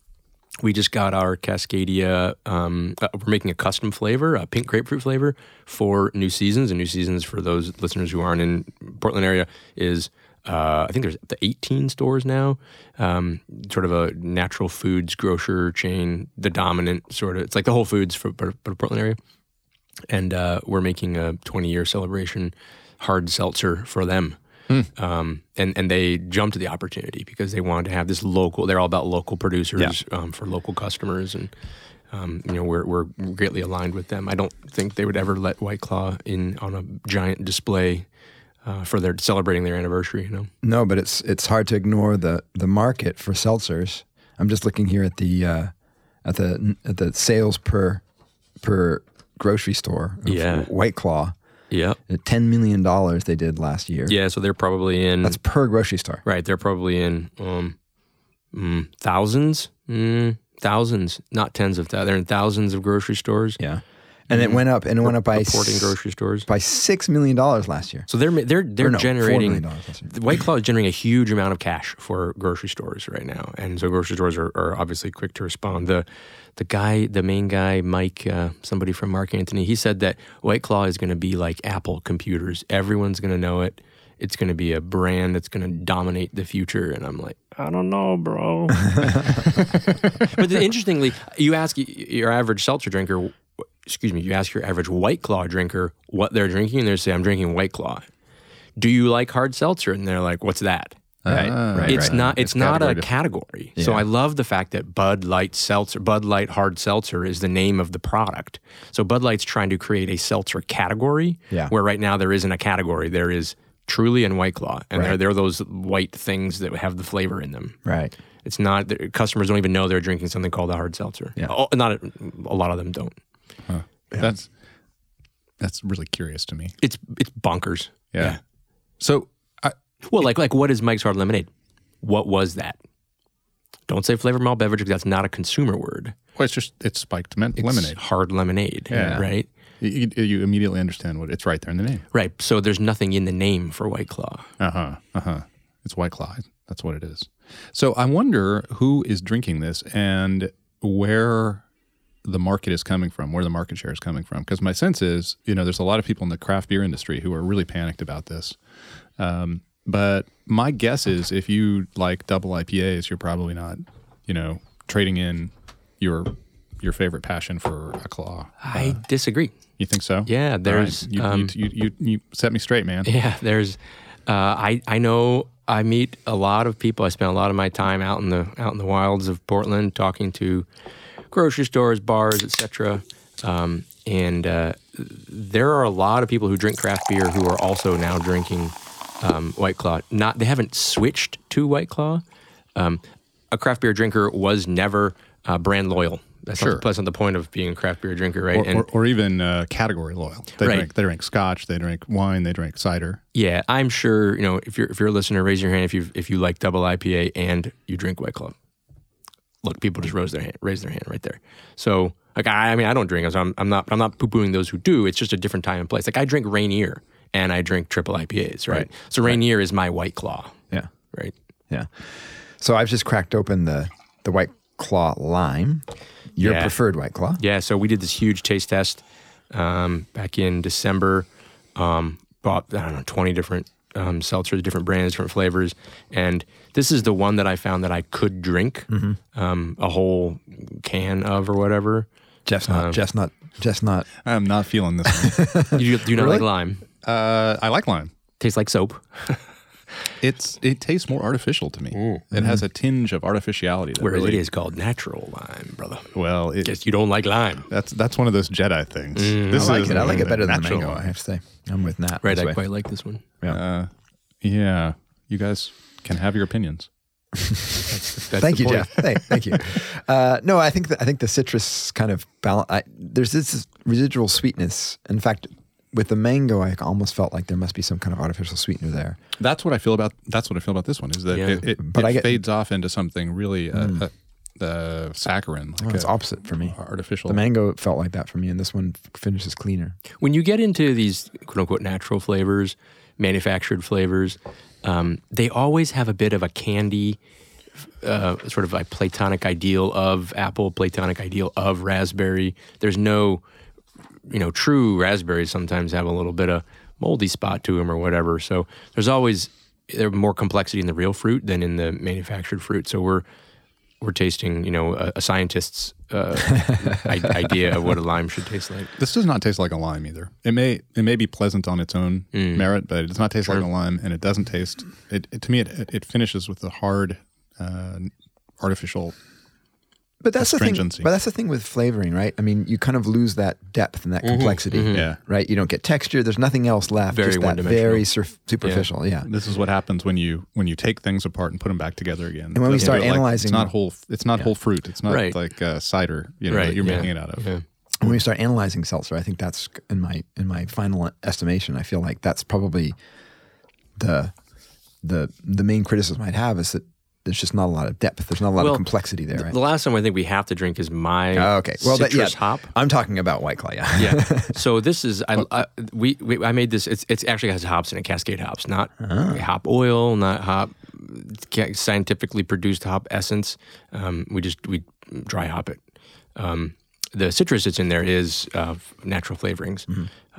we just got our Cascadia. Um, uh, we're making a custom flavor, a pink grapefruit flavor for New Seasons. And New Seasons, for those listeners who aren't in Portland area, is uh, I think there's up to 18 stores now. Um, sort of a natural foods grocer chain, the dominant sort of. It's like the Whole Foods for, for, for Portland area and uh, we're making a 20 year celebration hard seltzer for them. Um, and and they jumped to the opportunity because they wanted to have this local. They're all about local producers um, for local customers, and um, you know we're we're greatly aligned with them. I don't think they would ever let White Claw in on a giant display uh, for their celebrating their anniversary. You know,
No, but it's it's hard to ignore the the market for seltzers. I'm just looking here at the uh, at the at the sales per per grocery store. of
Yeah.
White Claw,
yeah,
at ten million dollars they did last year.
yeah. So they're probably in
That's per grocery store.
Right. They're probably in um, mm, thousands, mm, thousands, not tens of thousands. They're in thousands of grocery stores,
Yeah, and it went up and it went up by
importing
s-
Mm-hmm. grocery stores.
by six million dollars last year.
So they're ma- they're
Or
they're
no, $4
generating.
million last year.
the White Claw is generating a huge amount of cash for grocery stores right now, and so grocery stores are, are obviously quick to respond. the The guy, the main guy, Mike, uh, somebody from Mark Anthony, he said that White Claw is going to be like Apple computers. Everyone's going to know it. It's going to be a brand that's going to dominate the future. And I'm like, I don't know, bro. but then, interestingly, you ask y- your average seltzer drinker, w- excuse me, you ask your average White Claw drinker what they're drinking, and they say, "I'm drinking White Claw." Do you like hard seltzer? And they're like, "What's that?"
Right,
Ah.
right,
It's
right.
not. It's,
It's
not
categorized.
a category. So I love the fact that Bud Light Seltzer, Bud Light Hard Seltzer, is the name of the product. So Bud Light's trying to create a seltzer category.
Yeah.
Where right now there isn't a category. There is Truly and White Claw, and they're they're those white things that have the flavor in them.
Right.
It's not the customers don't even know they're drinking something called a hard seltzer. Yeah. not a, a lot of them don't.
That's that's really curious to me.
It's it's bonkers.
Yeah. So I,
Well, like like what is Mike's Hard Lemonade? What was that? Don't say flavored malt beverage because that's not a consumer word.
well, it's just it's spiked men-
It's
lemonade.
hard lemonade,
Yeah.
right?
You, you- you immediately understand what it's right there in the name.
Right. So there's nothing in the name for White Claw.
Uh huh. Uh huh. It's White Claw. That's what it is. So I wonder who is drinking this and where the market is coming from, where the market share is coming from. Because my sense is, you know, there's a lot of people in the craft beer industry who are really panicked about this. Um, but my guess is if you like double IPAs, you're probably not, you know, trading in your your favorite passion for a claw.
I disagree.
You think so?
Yeah,
All right.
there's,
You,
um,
you, you, you, you set me straight, man.
(laughs) Yeah, there's. Uh, I I know I meet a lot of people. I spend a lot of my time out in the out in the wilds of Portland, talking to grocery stores, bars, etc. Um, and uh, there are a lot of people who drink craft beer who are also now drinking um, White Claw. Not they haven't switched to White Claw. Um, a craft beer drinker was never uh, brand loyal. That's,
Sure.
not, that's not the point of being a craft beer drinker, right?
or,
and
or, or even uh, category loyal. They
Right.
drink they drink scotch, they drink wine, they drink cider.
yeah, I'm sure you know if you're if you're a listener, raise your hand if you if you like double IPA and you drink White Claw. Look, people just raise their hand, raise their hand right there. So like I, I mean, I don't drink, so I'm I'm not I'm not poo pooing those who do. It's just a different time and place. Like I drink Rainier and I drink triple IPAs, right? So Rainier is my White Claw,
Yeah.
right?
Yeah. So I've just cracked open the the White Claw lime, your
Yeah.
preferred White Claw.
Yeah, so we did this huge taste test um, back in December. Um, bought I don't know twenty different um, seltzers, different brands, different flavors, and this is the one that I found that I could drink
Mm-hmm.
um, a whole can of or
(laughs)
whatever.
Jeff's not.
Um,
Jeff's not. Jeff's not.
I'm not feeling this. one.
You do you not like lime?
(laughs) uh, I like lime.
Tastes like soap.
It's it tastes more artificial to me. It has
Mm-hmm.
a tinge of artificiality. That
Whereas
really-
it is called natural lime, brother.
Well, it,
Guess you don't like lime,
that's that's one of those Jedi things. this
Mm, I like
is
it. I like it better than the
natural
mango. I
lime. Uh,
have to say, I'm with Nat.
right?
this
I
way.
quite like this one.
Yeah, you guys can have your opinions.
That's
Thank
the
you,
point.
Jeff. Thank, thank
(laughs)
you. Uh, no, I think that I think the citrus kind of balance. I, there's this residual sweetness. In fact, with the mango, I almost felt like there must be some kind of artificial sweetener there.
That's what I feel about. That's what I feel about this one. Is that
Yeah.
it, it,
But
it
I get- Mm.
fades off into something really uh, uh, uh, saccharin, like
Oh, It's
a-
opposite for me.
artificial.
The mango felt like that for me, and this one finishes cleaner.
When you get into these quote unquote natural flavors, manufactured flavors, um, they always have a bit of a candy, uh, sort of a platonic ideal of apple, platonic ideal of raspberry. There's no, you know, true raspberries sometimes have a little bit of moldy spot to them or whatever. So there's always there's more complexity in the real fruit than in the manufactured fruit. So we're we're tasting, you know, a, a scientist's uh, (laughs) i- idea of what a lime should taste like.
This does not taste like a lime either. It may it may be pleasant on its own merit, but it does not taste like a lime, and it doesn't taste. It, it to me it it finishes with the hard, uh, artificial.
But that's the thing.
Astringency.
But that's the thing with flavoring, right? I mean, you kind of lose that depth and that complexity,
Yeah.
right? You don't get texture. There's nothing else left.
Mm-hmm, Very
just that
one-dimensional.
very surf- superficial. Yeah.
This is what happens when you when you take things apart and put them back together again. And
when we start analyzing-
it's not whole. It's not whole fruit. It's not
Right.
like uh, cider. You know, that
Right,
you're
yeah,
making it out of.
yeah.
When we start analyzing seltzer, I think that's in my in my final estimation. I feel like that's probably the the the main criticism I'd have is that there's just not a lot of depth. There's not a lot
Well,
of complexity there. Right?
The last time I think we have to drink is my
Oh, okay. Well, that,
citrus
yeah.
hop.
I'm talking about White Claw. Yeah.
Yeah. so this is I, I we, we I made this. It's it's actually has hops in it, Cascade hops, not
Ah.
hop oil, not hop ca- scientifically produced hop essence. Um, we just we dry hop it. Um, the citrus that's in there is uh, natural flavorings,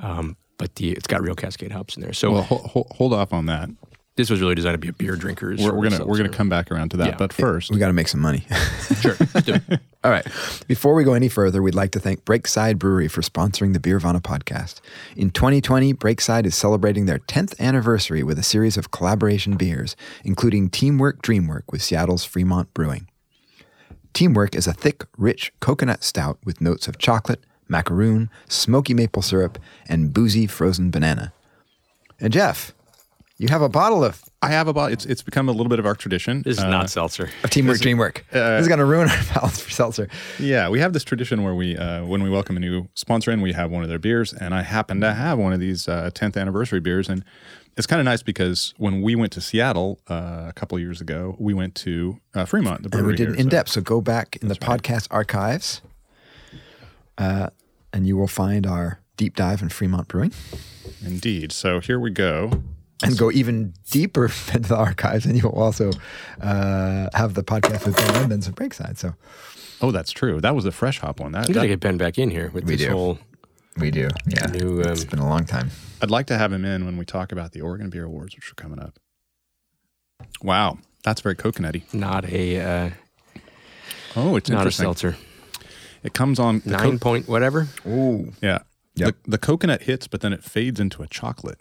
um, but the it's got real Cascade hops in there. So
Mm-hmm. Well, ho- ho- hold off on that.
this was really designed to be a beer drinker's.
We're, we're gonna we're gonna come back around to that.
Yeah.
But first,
(laughs) We got to make some money. (laughs)
sure.
(laughs)
Let's do it.
All right. Before we go any further, we'd like to thank Breakside Brewery for sponsoring the Beervana podcast. In 2020, Breakside is celebrating their 10th anniversary with a series of collaboration beers, including Teamwork Dreamwork with Seattle's Fremont Brewing. Teamwork is a thick, rich coconut stout with notes of chocolate, macaroon, smoky maple syrup, and boozy frozen banana. And Jeff, you have a bottle of,
I have a bottle. It's it's become a little bit of our tradition.
This is
Uh,
not
(laughs)
seltzer.
of Teamwork Dreamwork. this is uh, going to ruin our (laughs) palates for seltzer.
Yeah, we have this tradition where we, uh, when we welcome a new sponsor in, we have one of their beers, and I happen to have one of these uh, 10th anniversary beers, and it's kind of nice because when we went to Seattle uh, a couple years ago, we went to uh, Fremont, the brewery.
And we did
here,
an in
so-
depth. So go back in the podcast archives, uh, and you will find our deep dive in Fremont Brewing,
Indeed. So here we go.
and go even deeper (laughs) into the archives, and you will also uh, have the podcast with Ben Edmonds and Breakside. So
Oh, that's true. That was the fresh hop one. That,
You gotta
that-
get Ben back in here with this
do.
whole
we do. Yeah,
new. Um,
it's been a long time.
I'd like to have him in when we talk about the Oregon Beer Awards, which are coming up. Wow, that's very coconutty.
not a uh,
Oh, it's
not a
interesting.
seltzer.
It comes on the
Nine
co-
point whatever.
Oh,
yeah.
Yep.
The, the coconut hits, but then it fades into a chocolate.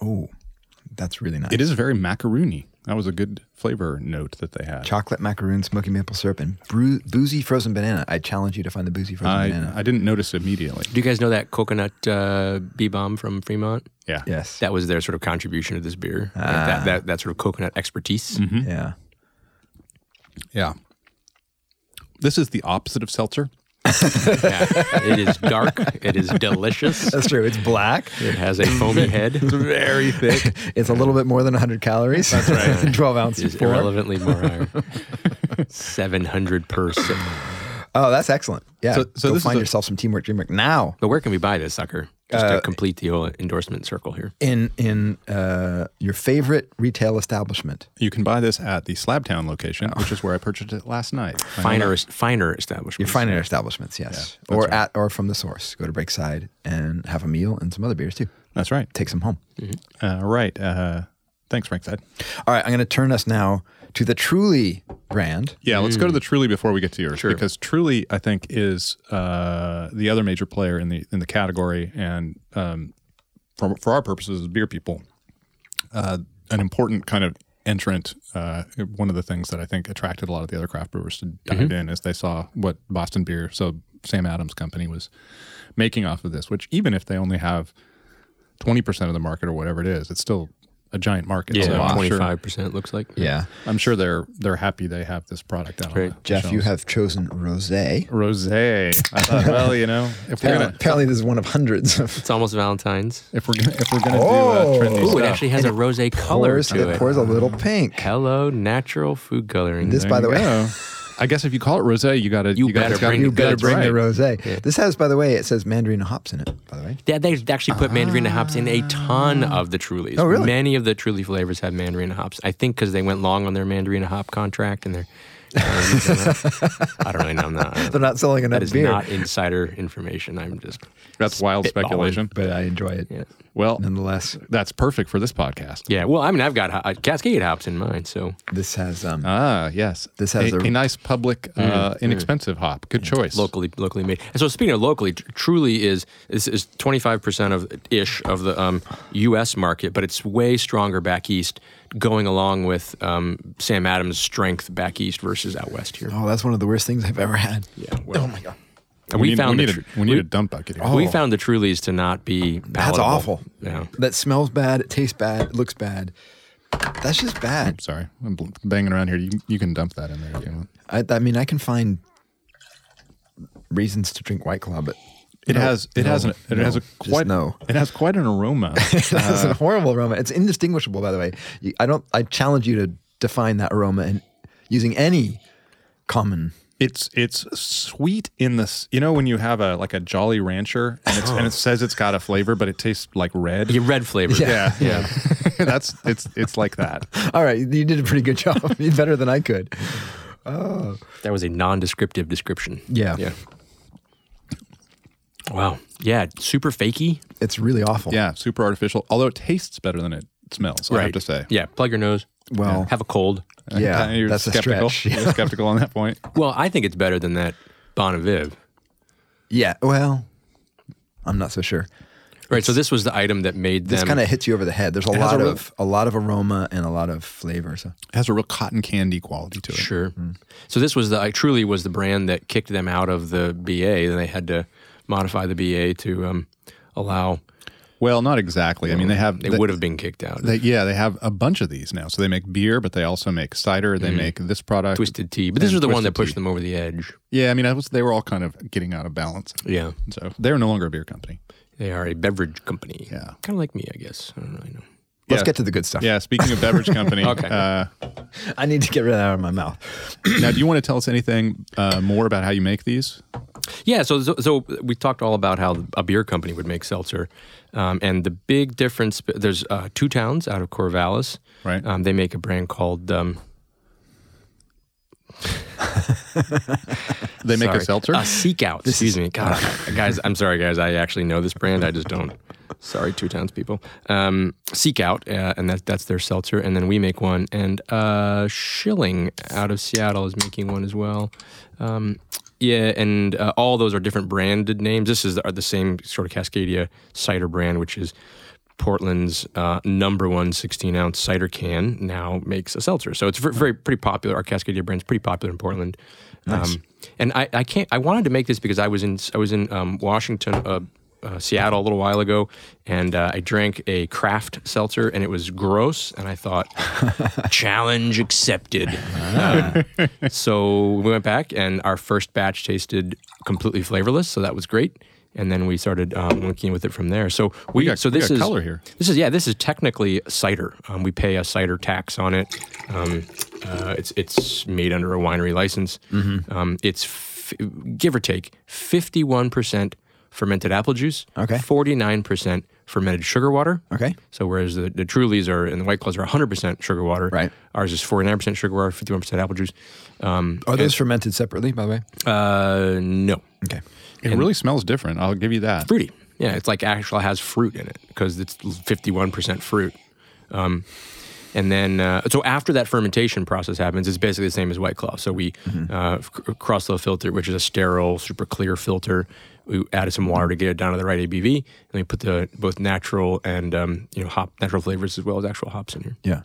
oh, that's really nice.
It is very macaroony. That was a good flavor note that they had.
Chocolate macaroon, smoky maple syrup, and bru- boozy frozen banana. I challenge you to find the boozy frozen
I,
banana.
I didn't notice immediately.
Do you guys know that coconut uh, bee bomb from Fremont?
Yeah.
yes.
That was their sort of contribution to this beer. Like that, that
Mm-hmm.
that sort of coconut expertise.
Yeah.
Yeah. This is the opposite of seltzer.
(laughs) Yeah. it is dark. It is delicious.
That's true. It's black.
It has a foamy head.
It's very thick.
It's a little bit more than 100 calories. That's (laughs) right. 12
It
ounces.
is
Four.
irrelevantly more higher. 700 per sip.
Oh, that's excellent. Yeah.
So- so
Go
this is
find
a-
yourself some teamwork dreamwork now.
But where can we buy this sucker? Just to complete the whole endorsement circle here.
in in uh, your favorite retail establishment.
You can buy this at the Slabtown location, which is where I purchased it last night.
Finer, finer establishment.
Your finer establishments, yes, or at or from the source. Go to Breakside and have a meal and some other beers too.
That's right.
Take some home.
Uh, right. Uh, thanks, Frank said.
All right, I'm going to turn us now to the Truly brand.
Yeah, let's go to the Truly before we get to yours, because Truly, I think, is uh, the other major player in the in the category, and um, for for our purposes as beer people, uh, an important kind of entrant. Uh, one of the things that I think attracted a lot of the other craft brewers to dive in is they saw what Boston Beer, so Sam Adams Company, was making off of this. Which even if they only have twenty percent of the market or whatever it is, it's still a giant market.
Yeah,
so I'm sure-
25% looks like.
Yeah,
I'm sure they're they're happy they have this product out.
Right.
On the
Jeff, you
shelves.
have chosen rosé.
rosé. I thought, well, you know, (laughs) if we're
Apparently,
gonna
apparently, this is one of hundreds of
It's almost Valentine's.
if we're gonna if we're gonna
Oh.
do uh, trendy
Ooh,
stuff,
it actually has a rose color
pours.
to
It
it.
pours a little pink.
Hello, natural food coloring.
This,
Oh, there
by the
you
way,
go. I guess if you call it rosé, you gotta
You
gotta-
better
it's gotta
bring
be
you
the
better
good,
bring the
right.
rosé. This has, by the way, it says mandarin hops in it. By the way,
Yeah, they actually put mandarin hops in a ton of the Trulies.
Oh, really?
Many of the Truly flavors have mandarin hops. I think because they went long on their mandarin hop contract and they're. uh, using that. I don't really know. I'm not.
(laughs) they're not selling enough
that is
beer,
not insider information. I'm just.
That's wild speculation.
but I enjoy it
Yeah.
Well,
nonetheless.
that's perfect for this podcast.
Yeah. Well, I mean, I've got ho- uh, Cascade hops in mind, so
This has um,
Ah, yes.
This has
a,
a-
a nice public, uh, inexpensive hop. Good choice.
locally locally made. And so speaking of locally, tr- Truly is is, is 25% of ish of the um, U.S. market, but it's way stronger back east, going along with um, Sam Adams' strength back east versus out west here.
Oh, that's one of the worst things I've ever had. Oh
Yeah. Well,
my god.
and
Oh We,
we,
need,
found
we, need,
the tr-
a, Oh. we need
we-
a dump bucket here.
we found the Trulies to not be
That's
palatable.
awful.
Yeah.
That smells bad, it tastes bad, it looks bad. That's just bad.
Sorry, I'm bl- banging around here. You, you can dump that in there if you want.
I, I mean, I can find reasons to drink White Claw, but (laughs)
It has it has an, it
no,
has a
just
quite
no.
it has quite an
(laughs)
aroma.
it has
Uh.
a horrible aroma. It's indistinguishable, by the way. You- I don't. I challenge you to define that aroma and using any common.
It's it's sweet in this. You know when you have a like a Jolly Rancher and it's and it says it's got a flavor, but it tastes like red.
Your red flavor.
(laughs) Yeah, yeah. That's it's it's like that.
All right, you did a pretty good (laughs) job. You did better than I could.
That was a non-descriptive description.
Yeah.
Yeah. Wow. Yeah. Super fakey.
It's really awful.
Yeah, super artificial. Although it tastes better than it smells. I have to say.
Yeah. Plug your nose.
Well-
Have a cold.
Yeah,
You're
that's a
skeptical.
stretch. (laughs)
You're skeptical on that point.
Well, I think it's better than that Bon Viv.
Yeah. Well, I'm not so sure.
Right. So this was the item that made them.
This kind of hits you over the head. There's a
has
lot
a real-
of a lot of aroma and a lot of flavor. So
It has a real cotton candy quality to it.
Sure. So this was the I truly was the brand that kicked them out of the BA, and they had to modify the BA to um, allow.
Well, not exactly. I mean, they have
They, would have been kicked out.
They, yeah, they have a bunch of these now. So they make beer, but they also make cider. They make this product.
twisted tea, but this was the one that
Mm-hmm. Twisted
pushed them over the edge.
Yeah, I mean, I was, they were all kind of getting out of balance.
Yeah,
So they're no longer a beer company.
they are a beverage company.
Yeah.
kind of like me, I guess. I don't really know.
let's
Yeah.
get to the good stuff.
Yeah, speaking of
(laughs)
beverage company,
Okay.
uh,
I need to get rid of that out of my mouth.
now do you want to tell us anything uh, more about how you make these?
Yeah, so, so so we talked all about how a beer company would make seltzer, um, and the big difference. There's uh, two towns out of Corvallis.
Right.
Um, they make a brand called. Um,
They make
sorry, Uh,
a seltzer.
A seek out. Excuse me,
(laughs)
God, guys. I'm sorry, guys. I actually know this brand. I just don't. Sorry, two towns people. Um, seek out, uh, and that that's their seltzer. And then we make one, and uh, Shilling out of Seattle is making one as well. Um, yeah, and uh, all those are different branded names. This is the, are the same sort of Cascadia cider brand, which is Portland's uh, number one 16 ounce cider can. Now makes a seltzer, so it's ver- very pretty popular. Our Cascadia brand's pretty popular in Portland. Um, and I, I can't. I wanted to make this because I was in I was in um, Washington a uh, Seattle a little while ago, and uh, I drank a craft seltzer, and it was gross. And I thought, (laughs) challenge accepted. Um, so we went back, and our first batch tasted completely flavorless, so that was great. And then we started um, monkeying with it from there. So we,
got-
so
we
this
got
is
color here.
This is yeah, this is technically cider. Um, we pay a cider tax on it. Um, uh, it's it's made under a winery license.
Mm-hmm.
Um, it's f- give or take fifty one percent fermented apple juice.
Okay.
forty nine percent fermented sugar water.
Okay.
So whereas the, the Trulies are and the White Claws are 100% sugar water,
Right.
Ours is 49% sugar water, 51% apple juice. Um,
Are those fermented separately, by the way?
uh, no,
Okay.
It really smells different. I'll give you that.
fruity. Yeah, it's like actually has fruit in it because it's 51% fruit. Um, and then, uh, so after that fermentation process happens, it's basically the same as White Claw. So we uh, c- cross low filter, which is a sterile, super clear filter. We added some water to get it down to the right ABV, and we put the both natural and um, you know hop natural flavors as well as actual hops in here.
Yeah.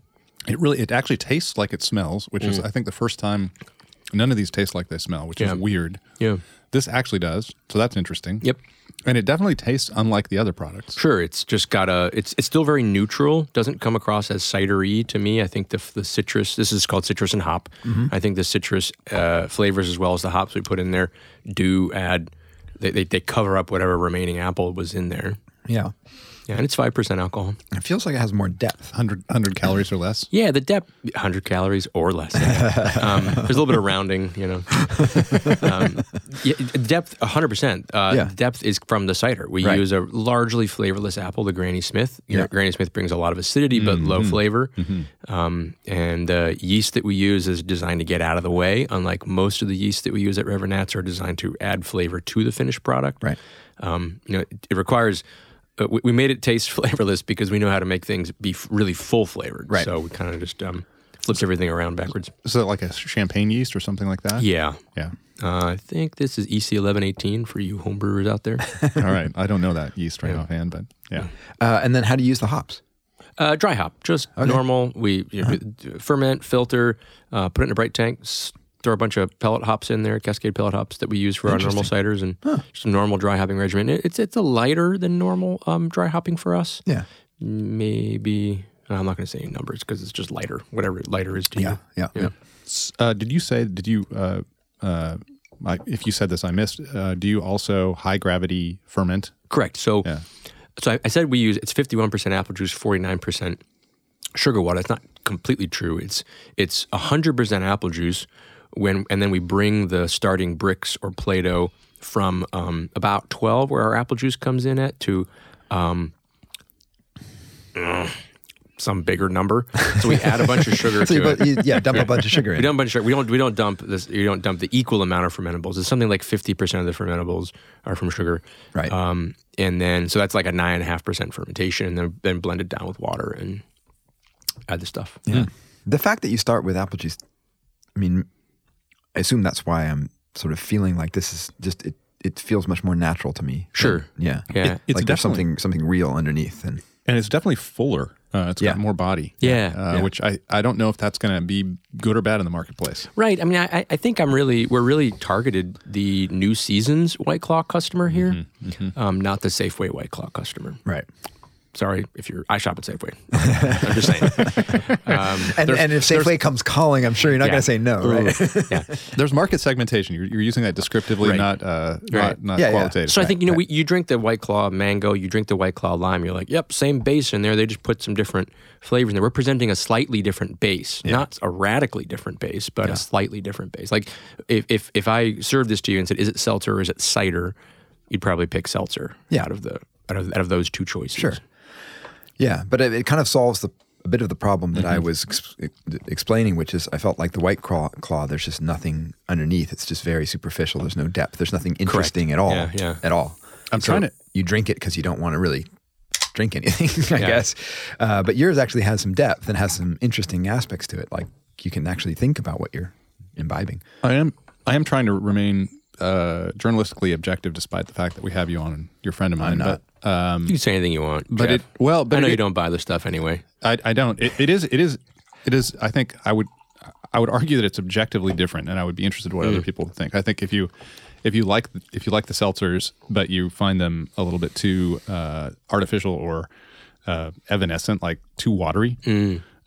It really, it actually tastes like it smells, which is, I think, the first time. None of these taste like they smell, which
Mm. Yeah.
is weird.
Yeah.
This actually does, so that's interesting.
Yep.
And it definitely tastes unlike the other products.
Sure, it's just got a. It's it's still very neutral. Doesn't come across as cidery to me. I think the the citrus. This is called citrus and hop. I think the citrus uh, flavors as well as the hops we put in there do add. They, they, they cover up whatever remaining apple was in there.
Yeah.
Yeah, and it's five percent alcohol.
It feels like it has more depth.
100, 100 calories or less.
Yeah, the depth, 100 calories or less. um, there's a little bit of rounding, you know. Um, yeah, depth, 100%. Uh,
Yeah.
Depth is from the cider. We
Right.
use a largely flavorless apple, the Granny Smith. You know,
Yeah. Mm-hmm.
Granny Smith brings a lot of acidity, but low flavor. Um, and uh, yeast that we use is designed to get out of the way, unlike most of the yeast that we use at Reverend Nats are designed to add flavor to the finished product.
Right.
Um, you know, it, it requires. Uh, we, we made it taste (laughs) flavorless because we know how to make things be f- really full flavored.
Right.
So we kind of just um, flipped everything around backwards.
Is it like a champagne yeast or something like that?
Yeah.
Yeah.
Uh, I think this is EC eleven eighteen for you homebrewers
(laughs)
out there.
All right. I don't know that yeast right offhand, but yeah.
Uh, and then how to use the hops.
Uh, dry hop, just normal. We you know,
Uh-huh.
d- ferment, filter, uh, put it in a bright tank, s- throw a bunch of pellet hops in there, Cascade pellet hops that we use for our normal ciders, and just a normal dry hopping regimen. It, it's it's a lighter than normal um, dry hopping for us.
Yeah.
Maybe I'm not going to say any numbers because it's just lighter. Whatever lighter is to you.
Yeah.
Yeah.
S- Uh, did you say, did you, uh, uh, I, if you said this, I missed, uh, do you also high gravity ferment?
Correct. So,
Yeah.
so I, I said we use it's 51% apple juice, 49% sugar water. It's not completely true. It's it's 100% apple juice when and then we bring the starting bricks or play-doh from um, about 12 where our apple juice comes in at to um, (sighs) some bigger number. So we add a
(laughs)
bunch of
So
sugar to
you,
it.
bu- you, yeah, dump a bunch of sugar in.
We dump a bunch of sugar. We don't. We don't dump this. You don't dump the equal amount of fermentables. It's something like fifty percent of the fermentables are from sugar.
Right.
Um, and then so that's like a nine and a half percent fermentation, and then then blend it down with water and add the stuff.
Yeah. Hmm. The fact that you start with apple juice, I mean, I assume that's why I'm sort of feeling like this is just it. It feels much more natural to me.
Sure.
Yeah.
Yeah.
It's
like there's
definitely-
something something real underneath, and
And it's definitely fuller. Uh, it's
Yeah.
got more body.
Yeah.
Uh,
Yeah.
Which I, I don't know if that's going to be good or bad in the marketplace.
Right. I mean, I, I- I think I'm really we're really targeted the new season's White Claw customer here,
Mm-hmm.
Um, not the Safeway White Claw customer.
right.
Sorry if you're. I shop at
(laughs)
Safeway. I'm just saying. Um,
And, and if Safeway comes calling, I'm sure you're not
Yeah.
going to say no, right? (laughs)
yeah.
There's market segmentation. You're, you're using that descriptively,
Right.
not uh,
Right.
not, not
Yeah, yeah.
qualitative.
So I think you know we, you drink the White Claw mango, you drink the White Claw lime. You're like, yep, same base in there. They just put some different flavors in there. We're presenting a slightly different base, not a radically different base, but a slightly different base. Like if if if I served this to you and said, is it seltzer or is it cider? You'd probably pick seltzer
Yeah.
out of the out of, out of those two choices.
Sure. Yeah, but it, it kind of solves the a bit of the problem that I
Mm-hmm.
was ex- e, explaining, which is I felt like the white claw, claw. There's just nothing underneath. It's just very superficial. There's no depth. There's nothing interesting at all.
Yeah, yeah.
At all.
I'm trying to-
You drink it because you don't want to really drink anything, (laughs) I
Yeah.
guess. Uh, but yours actually has some depth and has some interesting aspects to it. Like you can actually think about what you're imbibing.
I am I am trying to remain uh, journalistically objective, despite the fact that we have you on. and You're a friend of mine,
not.
but um,
You can say anything you want,
but
Jeff.
it well, but
I know
it-
you don't buy the stuff anyway.
I, I don't. It, it is. It is. It is. I
Hmm.
think I would. I would argue that it's objectively different, and I would be interested in what other people would think. I think if you if you like if you like the seltzers, but you find them a little bit too uh, artificial or uh, evanescent, like too watery.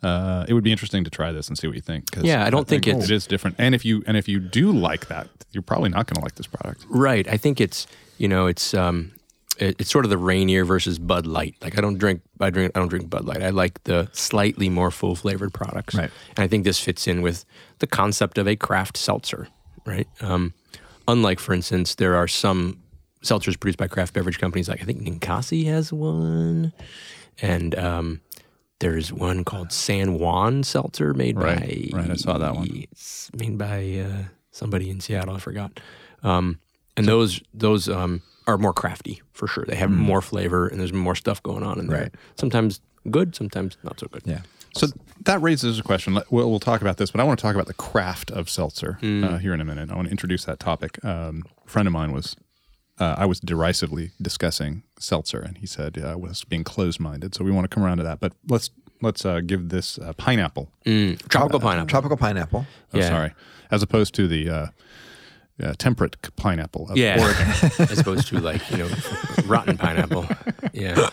Uh, it would be interesting to try this and see what you think. 'cause
Hmm. Yeah, I don't think it's-
it is different. And if you and if you do like that, you're probably not going to like this product.
Right. I think it's you know it's um it, it's sort of the Rainier versus Bud Light. Like I don't drink I drink I don't drink Bud Light. I like the slightly more full flavored products.
Right.
And I think this fits in with the concept of a craft seltzer. Right. Um, unlike, for instance, there are some seltzers produced by craft beverage companies. Like I think Ninkasi has one, and um, there's one called San Juan Seltzer made
Right,
by
right, I saw that one.
It's made by uh, somebody in Seattle. I forgot. Um, and those those um, are more crafty for sure. They have more flavor and there's more stuff going on in there.
Right.
Sometimes good, sometimes not so good.
Yeah.
So that raises a question. Let- We'll, we'll talk about this, but I want to talk about the craft of seltzer
Mm.
uh, here in a minute. I want to introduce that topic. Um, a friend of mine was, uh, I was derisively discussing seltzer, and he said uh, I was being closed-minded. So we want to come around to that, but let's let's uh, give this uh, pineapple.
Mm,
Uh,
tropical pineapple.
Tropical pineapple.
Oh,
Yeah.
sorry, as opposed to the uh, uh, temperate c- pineapple. Of (laughs)
yeah,
Oregon.
(laughs) as opposed to like you know rotten pineapple. Yeah,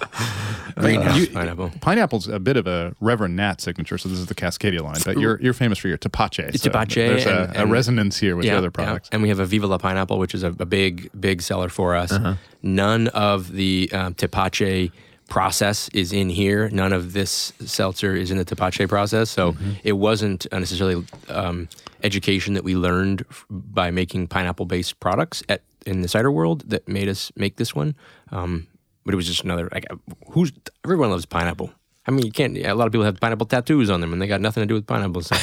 greenhouse
Uh, You-
pineapple.
Pineapple's a bit of a Reverend Nat signature, so this is the Cascadia line. But you're you're famous for your tapache. so
Tepache
There's a,
and-
a
and-
resonance here with your other products.
And we have a Viva La Pineapple, which is a, a big, big seller for us. None of the um, tepache process is in here. None of this seltzer is in the tepache process. So it wasn't uh, necessarily um, education that we learned f- by making pineapple based products at in the cider world that made us make this one. Um, but it was just another like who's everyone loves pineapple. I mean, you can't. A lot of people have pineapple tattoos on them, and they got nothing to do with pineapple. So.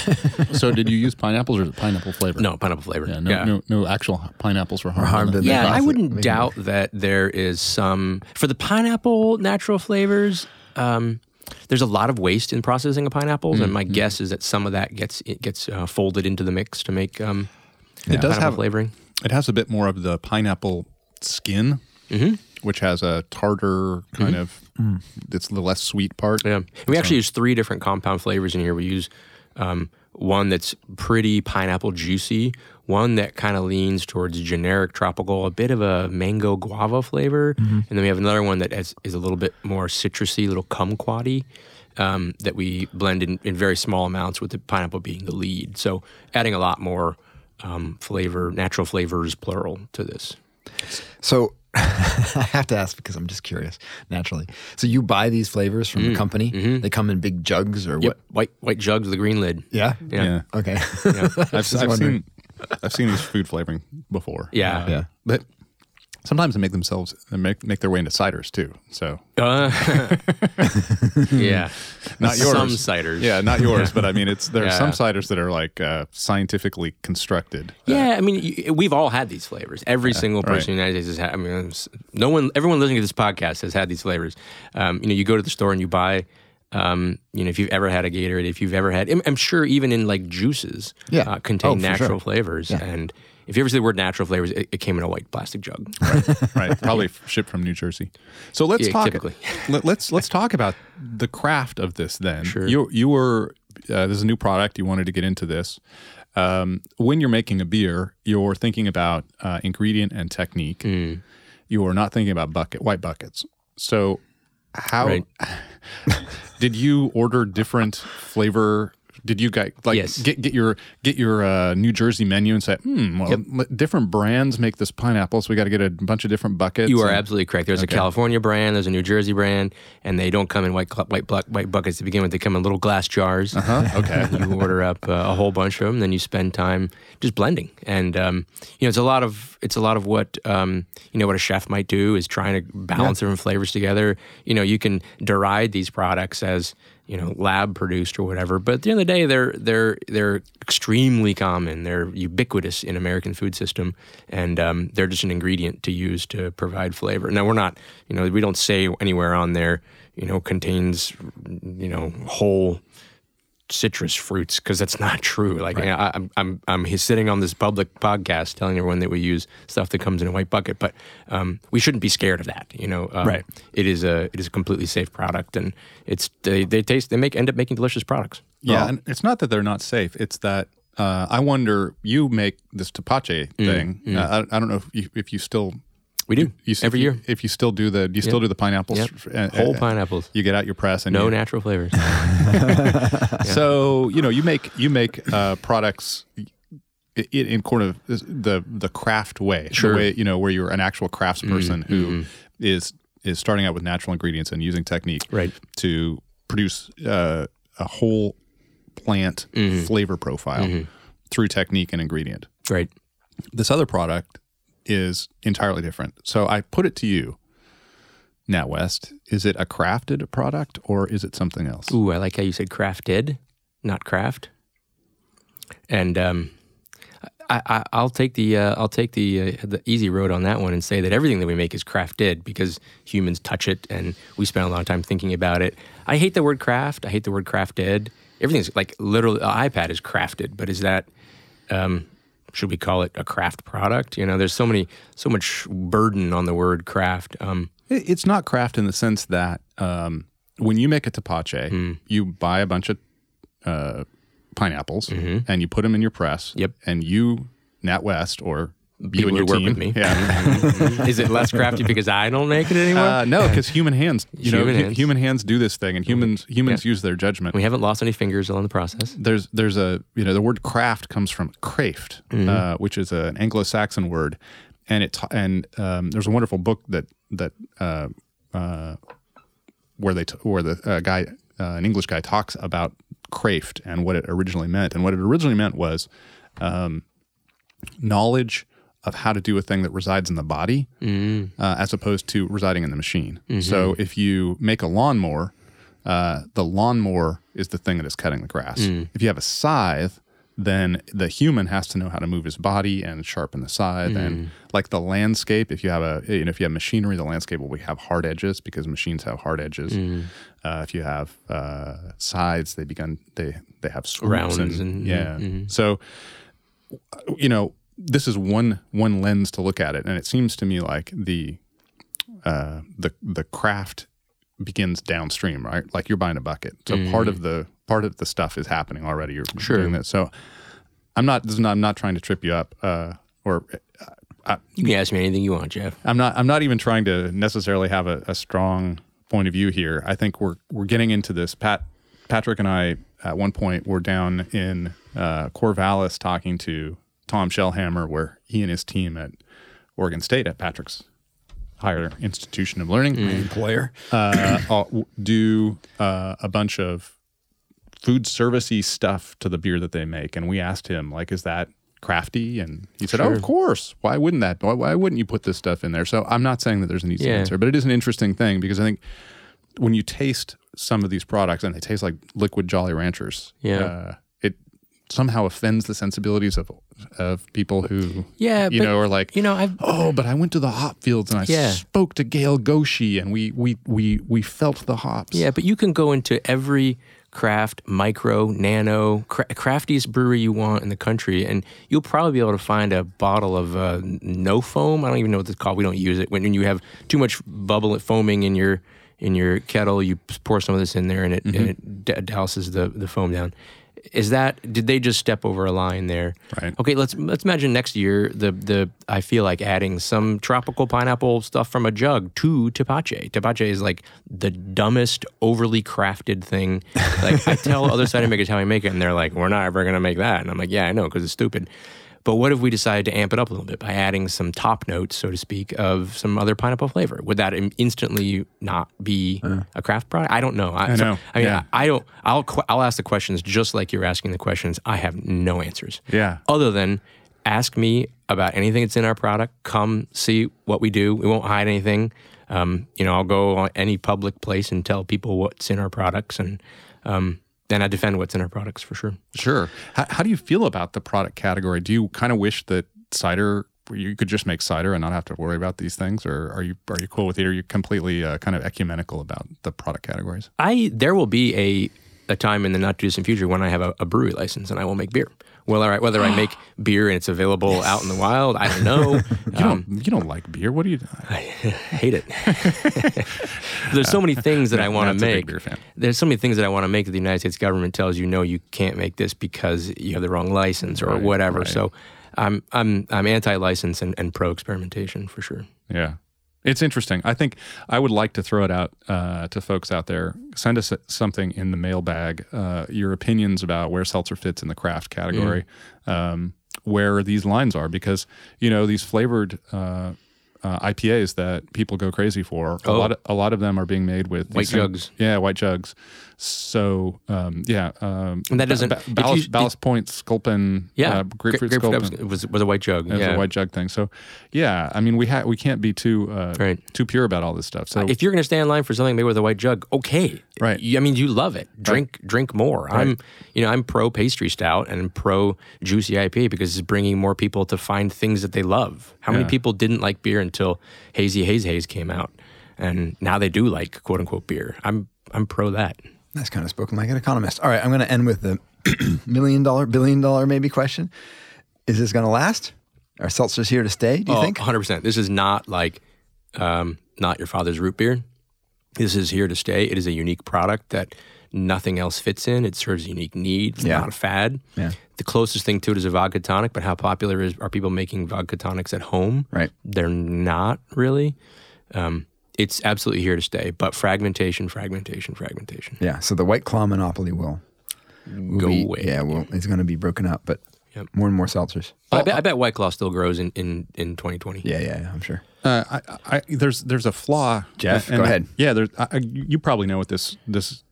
so did you use pineapples or is it pineapple flavor?
no pineapple flavor.
Yeah, no, no, no actual pineapples were harmed.
harmed
in
in
that.
the
Yeah, I
process.
wouldn't
Maybe.
doubt that there is some for the pineapple natural flavors. Um, there's a lot of waste in processing of pineapples, and my guess is that some of that gets it gets uh, folded into the mix to make um,
It does
pineapple
have
flavoring.
It has a bit more of the pineapple skin,
Mm-hmm.
which has a tartar kind of. It's the less sweet part.
Yeah, and we actually use three different compound flavors in here. We use um, one that's pretty pineapple juicy, one that kind of leans towards generic tropical, a bit of a mango guava flavor, and then we have another one that has, is a little bit more citrusy, a little kumquatty. Um, that we blend in, in very small amounts with the pineapple being the lead. So adding a lot more um, flavor, natural flavors, plural, to this.
So (laughs) I have to ask because I'm just curious, naturally. So you buy these flavors from the company? They come in big jugs or what?
White white jugs with a green lid.
Yeah.
Yeah. (laughs)
Yeah.
Okay. (laughs)
I've,
Just
I've
wondering.
seen I've seen these food flavoring before.
Yeah.
Yeah.
but sometimes they make themselves they make make their way into ciders too.
(laughs)
So
Uh, yeah.
Not yours.
Some ciders.
yeah, not yours, but I mean it's there are some
Yeah.
ciders that are like uh, scientifically constructed.
Yeah, I mean, y- we've all had these flavors. Every single person
right.
in the United States has had. I mean, s- no one, everyone listening to this podcast has had these flavors. Um, you know, you go to the store and you buy. Um, you know, if you've ever had a Gatorade, if you've ever had, I'm, I'm sure even in like juices,
Yeah.
uh,
Oh, for
contain
sure.
natural flavors. And if you ever see the word natural flavors, it, it came in a white plastic jug.
right? Probably f- shipped from New Jersey. So let's
Yeah,
talk.
typically.
(laughs) Let, us let's talk about the craft of this. Then you you were uh, this is a new product. You wanted to get into this. Um, when you're making a beer, you're thinking about uh, ingredient and technique.
Mm.
You are not thinking about bucket white buckets. So how
Right.
(laughs) did you order different flavor? Did you guys like
Yes.
get get your get your uh, New Jersey menu and say, hmm, well, li- different brands make this pineapple, so we got to get a bunch of different buckets.
You are
and-
absolutely correct. There's a California brand, there's a New Jersey brand, and they don't come in white cl- white black, white buckets to begin with. They come in little glass jars. (laughs) Uh-huh. Okay. you order up uh, a whole bunch of them, then you spend time just blending. And um, you know, it's a lot of it's a lot of what um, you know what a chef might do is trying to balance different flavors together. You know, you can deride these products as you know lab produced or whatever, but at the end of the day, they're they're they're extremely common. They're ubiquitous in American food system, and um, they're just an ingredient to use to provide flavor. Now we're not, you know, we don't say anywhere on there, you know, contains, you know, whole citrus fruits because that's not (laughs) true. Like you know, I, I'm, I'm, I'm he's sitting on this public podcast telling everyone that we use stuff that comes in a white bucket, but um, we shouldn't be scared of that. You know, um,
Right.
It is a, it is a completely safe product, and it's they, they taste, they make end up making delicious products.
Yeah,
Well-
and it's not that they're not safe; it's that Uh, I wonder, you make this tapache
Mm,
thing. Uh, I, I don't know if you, if you still
We do
you s-
every
if you-
year.
If you still do the, do you still do the pineapples?
Yep.
f- uh,
Whole
uh,
pineapples,
You get out your press and
no
you,
natural
(laughs)
flavors.
So you know, you make you make uh, products i- i- in kind of the the craft way,
Sure. Mm-hmm.
the way you know where you're an actual craftsperson who is is starting out with natural ingredients and using technique
Right.
to produce uh, a whole plant
Mm-hmm.
flavor profile through technique and ingredient.
right.
This other product is entirely different. So I put it to you. Now, West, is it a crafted product or is it something else?
Ooh, I like how you said crafted, not craft. And um, I, I, I'll take the uh, I'll take the uh, the easy road on that one and say that everything that we make is crafted because humans touch it and we spend a lot of time thinking about it. I hate the word craft. I hate the word crafted. Everything's like literally the iPad is crafted, but is that um, should we call it a craft product? You know, there's so many so much burden on the word craft. Um,
It- It's not craft in the sense that um, when you make a tapache,
Hmm.
you buy a bunch of uh, pineapples and you put them in your press.
Mm-hmm. Yep.
And you, Nat West, or you
People
and
who
your
work
team,
with me.
Yeah.
(laughs) is it less crafty because I don't make it anymore?
uh, no, because human hands, you know,
Human
hu-
hands.
human hands do this thing, and humans humans use their judgment.
we haven't lost any fingers along the process.
there's there's a you know the word craft comes from craft, uh, which is an Anglo-Saxon word, and it and um, there's a wonderful book that that uh, uh, where they t- where the uh, guy uh, an English guy talks about craft and what it originally meant, and what it originally meant was um, knowledge of how to do a thing that resides in the body
Mm.
uh, as opposed to residing in the machine.
Mm-hmm.
So if you make a lawnmower, uh, the lawnmower is the thing that is cutting the grass.
Mm.
If you have a scythe, then the human has to know how to move his body and sharpen the scythe.
Mm.
And like the landscape, if you have a you know if you have machinery, the landscape will have hard edges because machines have hard edges.
Mm.
Uh, if you have uh, scythes, they begun they they have swoops
Rounds
and,
and- mm-hmm.
yeah. So you know this is one one lens to look at it and it seems to me like the uh the the craft begins downstream right like you're buying a bucket so part of the part of the stuff is happening already you're
Sure.
doing this so i'm not this is not i'm not trying to trip you up uh or
You can ask me anything you want, Jeff.
i'm not i'm not even trying to necessarily have a, a strong point of view here i think we're we're getting into this pat patrick and i at one point were down in uh corvallis talking to tom shellhammer where he and his team at oregon state at patrick's higher institution of learning
Mm.
Employer.
uh, uh, w- do uh, a bunch of food servicey stuff to the beer that they make, and we asked him like, "Is that crafty?" And he said, "Oh, of course. Why wouldn't that? Why, why wouldn't you put this stuff in there?" So I'm not saying that there's an easy
Yeah.
answer, but it is an interesting thing because I think when you taste some of these products and they taste like liquid Jolly Ranchers,
Yeah.
uh, it somehow offends the sensibilities of of people who,
Yeah,
you
but,
know, are like,
You know, I've
oh, but I went to the hop fields and I
Yeah.
spoke to Gail Goshi and we we we we felt the hops.
yeah, but you can go into every craft, micro, nano, cra- craftiest brewery you want in the country, and you'll probably be able to find a bottle of uh, no foam. I don't even know what it's called. We don't use it when you have too much bubble foaming in your in your kettle. You pour some of this in there, and it, and it d- douses the the foam down. Is that did they just step over a line there?
Right.
Okay, let's let's imagine next year the the I feel like adding some tropical pineapple stuff from a jug to tapache. Tapache is like the dumbest, overly crafted thing. Like I tell other cider makers how I make it, and they're like, "We're not ever gonna make that," and I'm like, "Yeah, I know, because it's stupid." But what if we decided to amp it up a little bit by adding some top notes, so to speak, of some other pineapple flavor? Would that im- instantly not be a craft product? I don't know. I,
Uh. know.
I mean,
Yeah.
I, I don't. I'll que- I'll ask the questions just like you're asking the questions. I have no answers
Yeah.
other than ask me about anything that's in our product. Come see what we do. We won't hide anything. Um, you know, I'll go on any public place and tell people what's in our products, and um, then I defend what's in our products for sure.
Sure. How, how do you feel about the product category? Do you kind of wish that cider you could just make cider and not have to worry about these things, or are you are you cool with it? Are you completely uh, kind of ecumenical about the product categories?
I there will be a a time in the not too distant future when I have a, a brewery license and I will make beer. Well, all right, whether I make beer and it's available out in the wild, I don't know.
You don't, you don't like beer. What do you?
hate
(laughs)
it. There's
Uh,
so many things that I want
Matt's
to
a big
make.
beer fan.
There's so many things that I want to make that the United States government tells you no, you can't make this because you have the wrong license or whatever. So I'm I'm I'm anti-license and, and pro-experimentation for sure.
Yeah. It's interesting. I think I would like to throw it out uh, to folks out there. Send us something in the mailbag, uh, your opinions about where seltzer fits in the craft category,
Mm.
um, where these lines are, because, you know, these flavored uh, uh, IPAs that people go crazy for, a, lot of, a lot of them are being made with these
Oh. White
same-
jugs.
Yeah, white jugs. So, um, yeah. Um,
And that doesn't- if
ballast,
you-
ballast Point, Sculpin,
Yeah,
uh, grapefruit,
Gra-
Sculpin.
It was was a white jug.
It was
yeah.
a white jug thing. So, yeah, I mean, we ha- we can't be too uh,
Right.
too pure about all this stuff. So,
if you're going to stay in line for something made with a white jug, okay.
Right.
You- I mean, you love it. Drink, drink more. I'm, you know, I'm pro pastry stout and pro juicy IPA because it's bringing more people to find things that they love. How many people didn't like beer until Hazy Haze Haze came out, and now they do like quote unquote beer. I'm, I'm pro that.
That's kind of spoken like an economist. All right, I'm going to end with the (clears throat) million dollar, billion dollar maybe question. Is this going to last? Are seltzers here to stay, do you
Oh,
think?
100%. This is not like um, not your father's root beer. This is here to stay. It is a unique product that nothing else fits in. It serves a unique need. It's
Yeah.
not a fad.
Yeah.
The closest thing to it is a vodka tonic, but how popular is, are people making vodka tonics at home?
Right.
They're not really. Um, it's absolutely here to stay, but fragmentation, fragmentation, fragmentation.
Yeah, so the White Claw monopoly will, will
Go
be-
away.
Yeah, well, it's going to be broken up, but
Yep.
more and more seltzers.
But I, bet, I bet White Claw still grows in, in, in 2020.
Yeah, yeah, yeah, I'm sure.
uh, I, I, there's there's a flaw. uh,
Jeff,
and-
go ahead.
Yeah, there's, I, I- you probably know what this this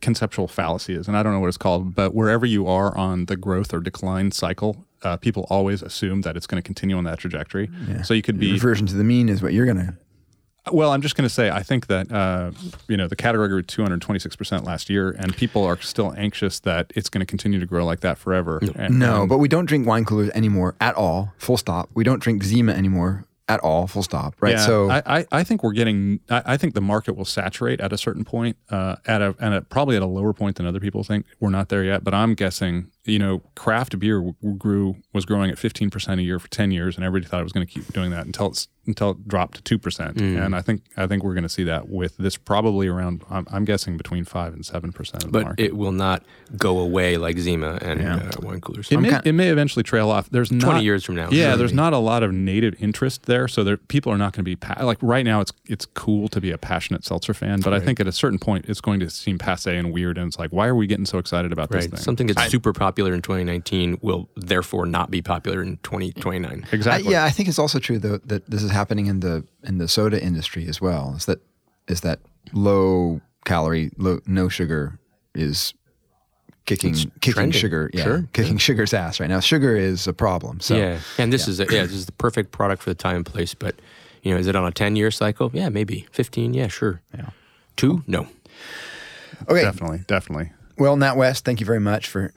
conceptual fallacy is, and I don't know what it's called, but wherever you are on the growth or decline cycle, uh, people always assume that it's going to continue on that trajectory. So you could be
Reversion to the mean is what you're going to.
Well, I'm just going to say I think that uh, you know the category grew 226 percent last year, and people are still anxious that it's going to continue to grow like that forever. And-
Um,
No, but we don't drink wine coolers anymore at all, full stop. We don't drink Zima anymore at all, full stop, right?
Yeah,
so
I, I, I think we're getting. I, I think the market will saturate at a certain point, uh, at a and at probably at a lower point than other people think. We're not there yet, but I'm guessing. You know, craft beer w- w- grew was growing at 15 percent a year for 10 years, and everybody thought it was going to keep doing that until it's until it dropped to two percent.
Mm.
And I think I think we're going to see that with this probably around. I'm, I'm guessing between five and seven percent of the
But
market.
it will not go away like Zima and uh, wine coolers.
It may, it may eventually trail off. There's not,
20 years from now,
Yeah,
maybe.
there's not a lot of native interest there, so there, people are not going to be pa- like right now. It's it's cool to be a passionate seltzer fan, but I think at a certain point it's going to seem passe and weird, and it's like, why are we getting so excited about this
Right.
thing?
Something that's super popular in 2019 will therefore not be popular in 2029.
I-
exactly.
yeah, I think it's also true though that this is happening in the in the soda industry as well. Is that is that low calorie, low no sugar is kicking kicking
trending.
sugar, yeah,
Sure,
kicking sugar's ass right now. Sugar is a problem. So
yeah. And this is a, yeah, this is the perfect product for the time and place. But you know, is it on a 10 year cycle? Yeah, maybe 15. Yeah, sure. Yeah. Two? No.
okay,
definitely, definitely.
well, Nat West, thank you very much for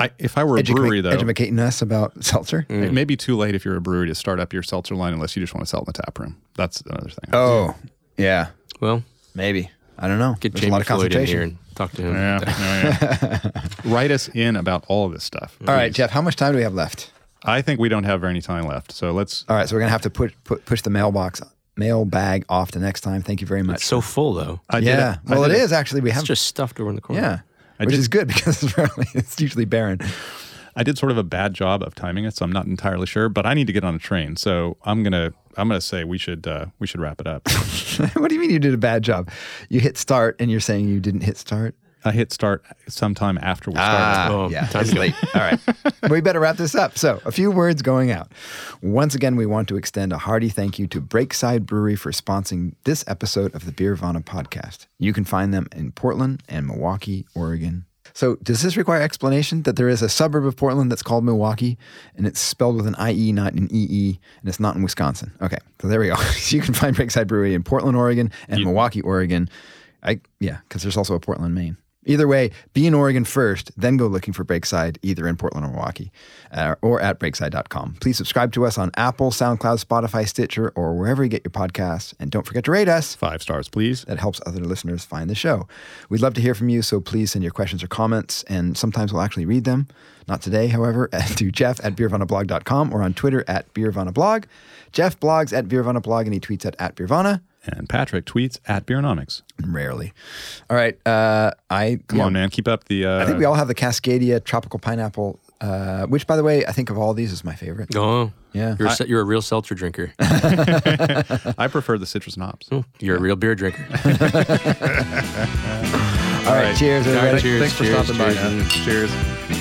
I, if I were a
educa-
brewery, though,
educating us about seltzer.
Mm.
it may be too late if you're a brewery to start up your seltzer line unless you just want to sell it in the tap room. That's another thing.
Oh, yeah,
Well,
maybe I don't know.
get
There's
Jamie
a lot of
Floyd in
concentration.
here and talk to him.
Yeah, yeah,
(laughs)
yeah. Write us in about all of this stuff.
All right, Jeff, how much time do we have left?
I think we don't have any time left, so let's
All right, so we're gonna have to push put, push the mailbox mailbag off to next time. Thank you very much.
It's so full though.
I did
yeah,
it. I
well, it
did it.
is actually. We have
It's just stuffed over in the corner.
Yeah. Which
did-
is good (laughs) because it's, rarely, it's usually barren. (laughs)
I did sort of a bad job of timing it, so I'm not entirely sure. But I need to get on a train, so I'm gonna I'm gonna say we should uh, we should wrap it up. (laughs)
what do you mean you did a bad job? You hit start and you're saying you didn't hit start?
I hit start sometime after we
Ah.
started.
Oh,
yeah,
time
it's late. All right. (laughs) we better wrap this up. So, a few words going out. Once again, we want to extend a hearty thank you to Breakside Brewery for sponsoring this episode of the Beer Vana podcast. You can find them in Portland and Milwaukee, Oregon. So, does this require explanation that there is a suburb of Portland that's called Milwaukee and it's spelled with an IE, not an EE, and it's not in Wisconsin? Okay, so there we go. (laughs) so you can find Breakside Brewery in Portland, Oregon and Milwaukee, Oregon. I, yeah, because there's also a Portland, Maine. Either way, be in Oregon first, then go looking for Breakside either in Portland or Milwaukee uh, or at breakside.com. Please subscribe to us on Apple, SoundCloud, Spotify, Stitcher, or wherever you get your podcasts. And don't forget to rate us.
Five stars, please.
That helps other listeners find the show. We'd love to hear from you, so please send your questions or comments, and sometimes we'll actually read them. Not today, however, (laughs) to Jeff at beervanablog.com or on Twitter at beervanablog. Jeff blogs at beervanablog and he tweets at, at beervana.
And Patrick tweets at Beeronomics.
Rarely. All right. Uh, I
Come on, man. Keep up the. Uh,
I think we all have the Cascadia tropical pineapple, uh, which, by the way, I think of all these is my favorite.
Oh,
Yeah.
You're, a se- you're a real
(laughs)
seltzer drinker.
I prefer the citrus knobs.
You're a real beer drinker.
all right, Cheers,
All
everybody.
right, cheers.
Thanks for
cheers,
stopping by.
cheers.
man. cheers.